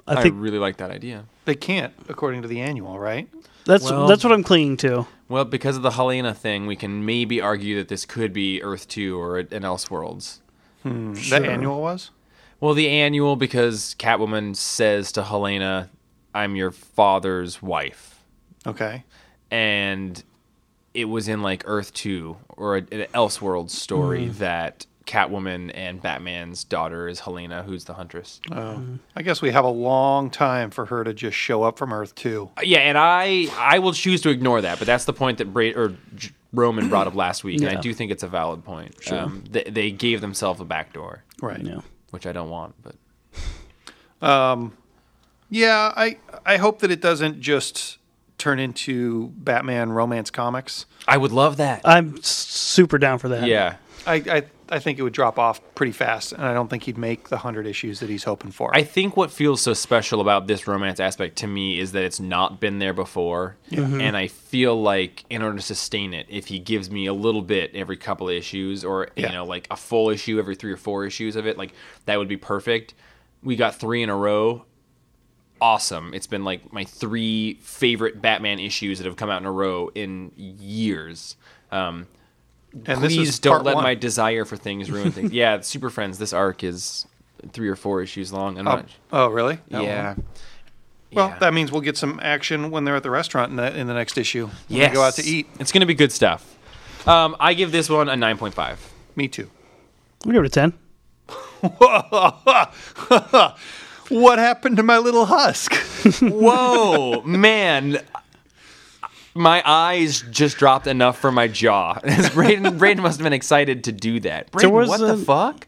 S2: I
S1: I,
S2: think
S1: really like that idea.
S3: They can't, according to the annual, right?
S2: that's
S1: well-
S2: that's what I'm clinging to.
S1: Well, because of the Helena thing, we can maybe argue that this could be Earth 2 or an Elseworlds.
S2: Sure.
S3: That annual was.
S1: Well, the annual, because Catwoman says to Helena, I'm your father's wife.
S3: Okay.
S1: And it was in like Earth 2 or a- an Elseworlds story that Catwoman and Batman's daughter is Helena, who's the Huntress.
S3: I guess we have a long time for her to just show up from Earth 2.
S1: Uh, Yeah, and I I will choose to ignore that, but that's the point that Bra- or J- Roman brought up last week, and
S2: Yeah.
S1: I do think it's a valid point. Um, they, they gave themselves a backdoor,
S3: Right.
S2: Yeah.
S1: which I don't want, but
S3: Yeah, I I hope that it doesn't just turn into Batman romance comics.
S1: I would love that.
S2: I'm s- super down for that.
S1: yeah,
S3: I I, I think it would drop off pretty fast, and I don't think he'd make the hundred issues that he's hoping for.
S1: I think what feels so special about this romance aspect to me is that it's not been there before,
S3: Mm-hmm.
S1: and I feel like in order to sustain it, if he gives me a little bit every couple of issues, or
S3: Yeah.
S1: you know, like a full issue every three or four issues of it, like that would be perfect. We got three in a row. Awesome! It's been like my three favorite Batman issues that have come out in a row in years. Um,
S3: and
S1: please
S3: this is
S1: don't
S3: part
S1: let
S3: one.
S1: my desire for things ruin things. yeah, Super Friends. This arc is three or four issues long. I'm
S3: Oh,
S1: not.
S3: oh, really? That
S1: Yeah.
S3: one. Well,
S1: Yeah.
S3: that means we'll get some action when they're at the restaurant in the, in the next issue. When
S1: Yes.
S3: They go out to eat.
S1: It's going to be good stuff. Um, I give this one a 9.5.
S3: Me too.
S2: We give it a ten.
S3: What happened to my little husk?
S1: Whoa, man. My eyes just dropped enough for my jaw. Brayden, Brayden must have been excited to do that.
S2: There
S1: Brayden,
S2: was
S1: what the
S2: a-
S1: fuck?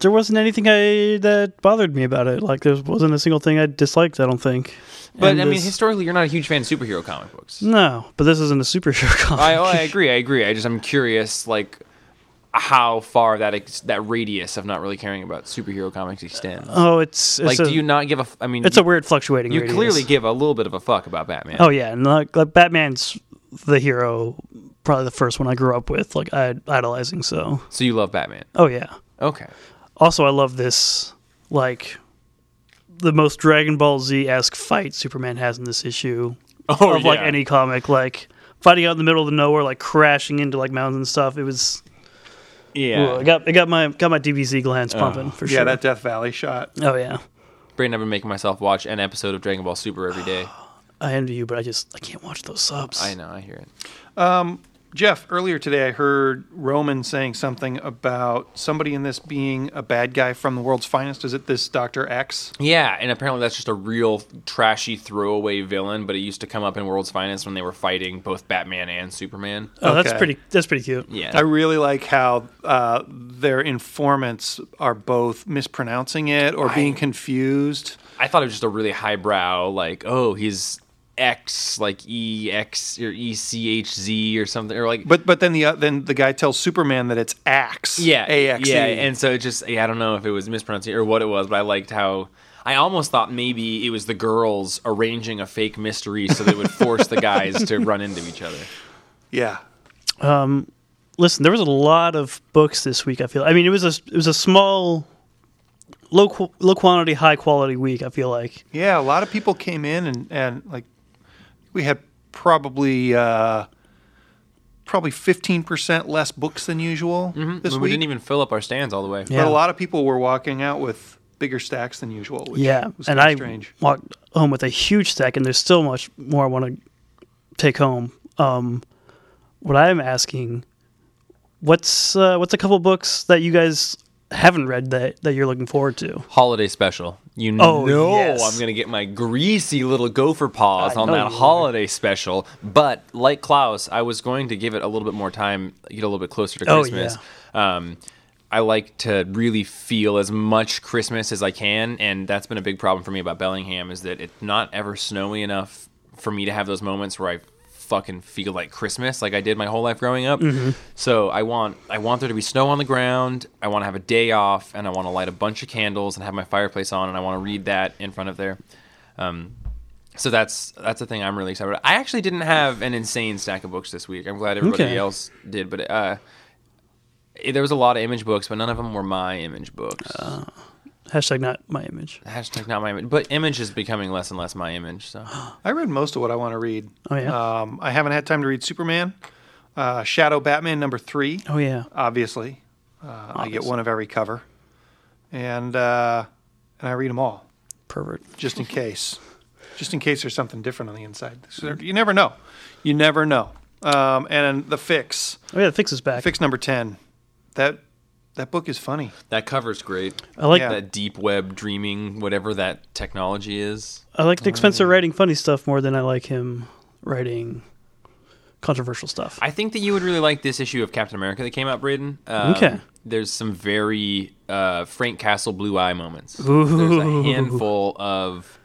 S2: There wasn't anything I that bothered me about it. Like there wasn't a single thing I disliked. I don't think.
S1: But
S2: And
S1: I mean,
S2: this-
S1: historically, you're not a huge fan of superhero comic books.
S2: no. But this isn't a super show comic.
S1: I, I agree. I agree. I just I'm curious, like how far that ex- that radius of not really caring about superhero comics extends.
S2: oh, it's, it's
S1: like,
S2: a,
S1: do you not give a? F- I mean,
S2: It's a
S1: you,
S2: weird fluctuating.
S1: you
S2: radius.
S1: clearly give a little bit of a fuck about Batman.
S2: Oh yeah, and like, like Batman's the hero, probably the first one I grew up with, like I idolizing. So
S1: So you love Batman?
S2: oh yeah.
S1: Okay.
S2: Also, I love this like the most Dragon Ball Z esque fight Superman has in this issue
S1: Oh,
S2: of like
S1: yeah.
S2: any comic, like fighting out in the middle of the nowhere, like crashing into like mountains and stuff. It was
S1: Yeah. Oh.
S2: Ooh, it got it got my got my DBZ glands pumping for sure.
S3: Yeah, that Death Valley shot.
S2: oh yeah.
S1: Brayden, I've been making myself watch an episode of Dragon Ball Super every day.
S2: I envy you, but I just I can't watch those subs.
S1: I know, I hear it.
S3: Jeff, earlier today I heard Roman saying something about somebody in this being a bad guy from the world's finest. Is it this Dr. X?
S1: Yeah, and apparently that's just a real trashy throwaway villain, but it used to come up in World's Finest when they were fighting both Batman and Superman.
S2: Oh, that's
S3: Okay.
S2: pretty. That's pretty cute.
S1: Yeah.
S3: I really like how uh, their informants are both mispronouncing it or being confused.
S1: I thought it was just a really highbrow, like, oh, he's X, like E X or E C H Z or something, or like.
S3: But but then the uh, then the guy tells Superman that it's Axe. E.
S1: yeah,
S3: AXE.
S2: E.
S1: yeah, and so it just yeah, I don't know if it was mispronouncing or what it was, but I liked how I almost thought maybe it was the girls arranging a fake mystery so they would force the guys to run into each other.
S3: yeah.
S2: listen, there was a lot of books this week. I feel. I mean, it was a it was a small, low qu- low quantity, high quality week. I feel like.
S3: Yeah, a lot of people came in and, and like we had probably uh, probably fifteen percent less books than usual this
S1: we
S3: week.
S1: didn't even fill up our stands all the way.
S2: Yeah.
S3: But a lot of people were walking out with bigger stacks than usual. Which
S2: yeah,
S3: was
S2: and
S3: kinda
S2: I
S3: strange.
S2: walked home with a huge stack, and there's still much more I want to take home. Um, what I'm asking, what's uh, what's a couple books that you guys haven't read that that you're looking forward to?
S1: Holiday special. You
S2: Oh,
S1: know
S2: yes.
S1: I'm gonna get my greasy little gopher paws
S2: I
S1: on
S2: know
S1: that
S2: you are.
S1: holiday special. But like Klaus, I was going to give it a little bit more time, get a little bit closer to
S2: Oh,
S1: Christmas. Um I like to really feel as much Christmas as I can, and that's been a big problem for me about Bellingham is that it's not ever snowy enough for me to have those moments where I fucking feel like Christmas, like I did my whole life growing up. So I want I want there to be snow on the ground. I want to have a day off, and I want to light a bunch of candles and have my fireplace on, and I want to read that in front of there. Um, so that's that's the thing I'm really excited about. I actually didn't have an insane stack of books this week. I'm glad everybody
S2: Okay.
S1: else did, but uh, it- there was a lot of image books, but none of them were my image books.
S2: Hashtag not my image.
S1: Hashtag not my image, but image is becoming less and less my image. So
S3: I read most of what I want to read.
S2: Oh, yeah?
S3: Um, I haven't had time to read Superman, uh, Shadow Batman number three.
S2: Oh yeah,
S3: obviously. Uh, I get one of every cover, and uh, and I read them all
S2: pervert.
S3: just in case, just in case there's something different on the inside. So you never know, you never know. Um, and the fix,
S2: Oh yeah, the fix is back.
S3: fix number ten, that that book is funny.
S1: that cover's great.
S2: I like
S3: Yeah.
S1: That deep web dreaming, whatever that technology is.
S2: Oh, I like Nick Spencer writing funny stuff more than I like him writing controversial stuff.
S1: I think that you would really like this issue of Captain America that came out, Braden. Um,
S2: Okay.
S1: There's some very uh, Frank Castle blue eye moments. There's
S2: Ooh.
S1: a handful of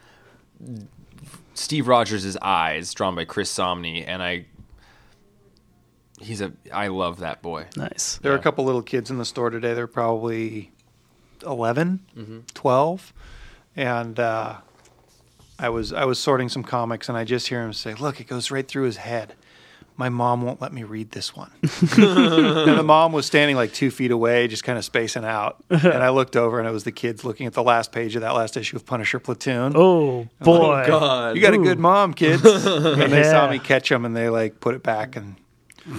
S1: Steve Rogers' eyes drawn by Chris Somney, and I. He's a. I love that boy.
S2: nice.
S3: There are a couple little kids in the store today. They're probably 11, 12. And uh, I was I was sorting some comics and I just hear him say, "Look, it goes right through his head. My mom won't let me read this one." and the mom was standing like 2 feet away, just kind of spacing out. And I looked over and it was the kids looking at the last page of that last issue of Punisher Platoon.
S2: Oh boy.
S3: You got a good mom, kids. and they saw
S2: Yeah.
S3: me catch them and they like put it back and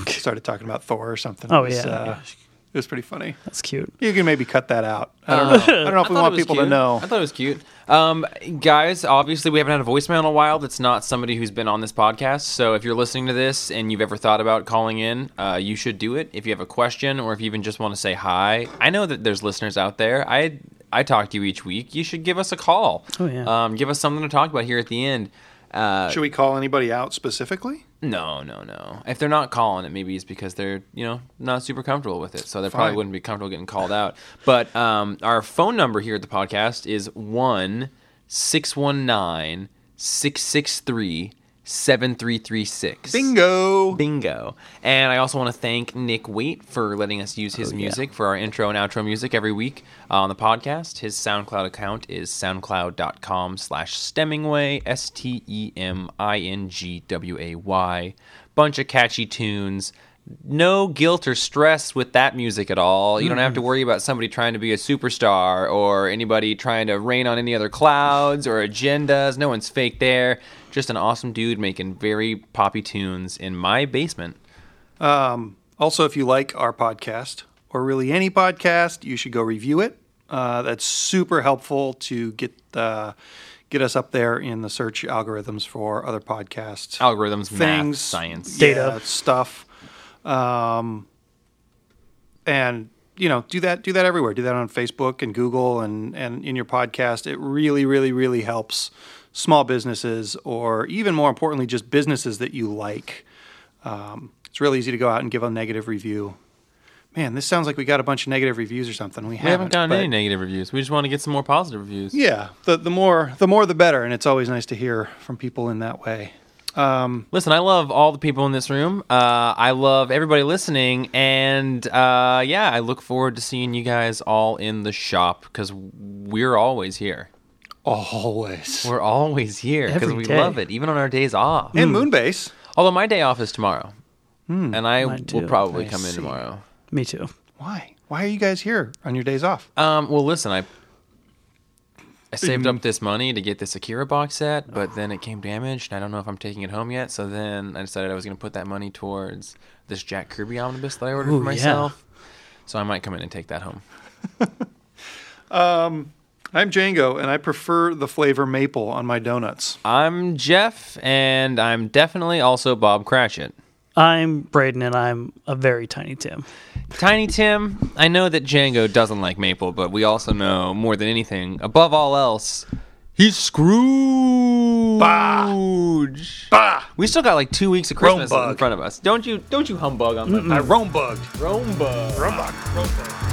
S3: started talking about Thor or something.
S2: Oh,
S3: it was,
S2: yeah.
S3: uh, it was pretty funny.
S2: That's cute.
S3: You can maybe cut that out. I don't know. I don't know if we
S1: thought
S3: want
S1: it was
S3: people to
S1: cute.
S3: know.
S1: I thought it was cute. Um, guys, obviously, we haven't had a voicemail in a while that's not somebody who's been on this podcast. So if you're listening to this and you've ever thought about calling in, uh, you should do it. If you have a question or if you even just want to say hi, I know that there's listeners out there. I I talk to you each week. You should give us a call.
S2: Oh, yeah.
S1: Um, give us something to talk about here at the end. Uh,
S3: Should we call anybody out specifically?
S1: no, no, no. If they're not calling it, maybe it's because they're you know not super comfortable with it, so they
S3: Fine.
S1: probably wouldn't be comfortable getting called out. But um, our phone number here at the podcast is one six one nine six six three seven three three six.
S3: Bingo.
S1: Bingo. And I also want to thank Nick Waite for letting us use his music for our intro and outro music every week uh, on the podcast. His SoundCloud account is soundcloud.com slash stemmingway, E S-T-E-M-I-N-G-W-A-Y. Bunch of catchy tunes. No guilt or stress with that music at all. You don't have to worry about somebody trying to be a superstar or anybody trying to rain on any other clouds or agendas. No one's fake there just an awesome dude making very poppy tunes in my basement.
S3: Also, if you like our podcast or really any podcast, you should go review it. Uh, that's super helpful to get the, get us up there in the search algorithms for other podcasts.
S1: Algorithms, math,
S3: things,
S1: science.
S2: Data.
S3: yeah, stuff, um, and you know, do that. Do that everywhere. Do that on Facebook and Google and and in your podcast. It really, really, really helps small businesses, or even more importantly, just businesses that you like. Um, it's really easy to go out and give a negative review. Man, this sounds like we got a bunch of negative reviews or something. We haven't,
S1: We haven't gotten
S3: but-
S1: any negative reviews. We just want to get some more positive reviews.
S3: Yeah, the the more the more the better, and it's always nice to hear from people in that way.
S1: Listen, I love all the people in this room. Uh, I love everybody listening. And uh, yeah, I look forward to seeing you guys all in the shop because we're always here.
S3: Always.
S1: We're always here because
S2: Every
S1: we
S2: day.
S1: love it, even on our days off.
S3: and Moonbase.
S1: Although my day off is tomorrow. and I
S2: mine
S1: will
S2: too.
S1: probably
S3: I
S1: come in
S3: see.
S1: tomorrow.
S2: Me too.
S3: Why? Why are you guys here on your days off?
S1: Um, well, listen, I I saved
S2: Mm-hmm.
S1: up this money to get this Akira box set, but then it came damaged, and I don't know if I'm taking it home yet. So then I decided I was going to put that money towards this Jack Kirby omnibus that I ordered
S2: Ooh,
S1: for
S2: yeah.
S1: myself. So I might come in and take that home.
S3: I'm Django, and I prefer the flavor maple on my donuts.
S1: I'm Jeff, and I'm definitely also Bob Cratchit.
S2: I'm Braden, and I'm a very tiny Tim.
S1: Tiny Tim, I know that Django doesn't like maple, but we also know more than anything, above all else, he's Scrooge.
S3: Bah!
S1: We still got like two weeks of Christmas in
S3: Rombug.
S1: front of us. Don't you? Don't you humbug on my
S3: I roam bugged.
S1: Rombug.
S3: Roam bugged. Roam bugged.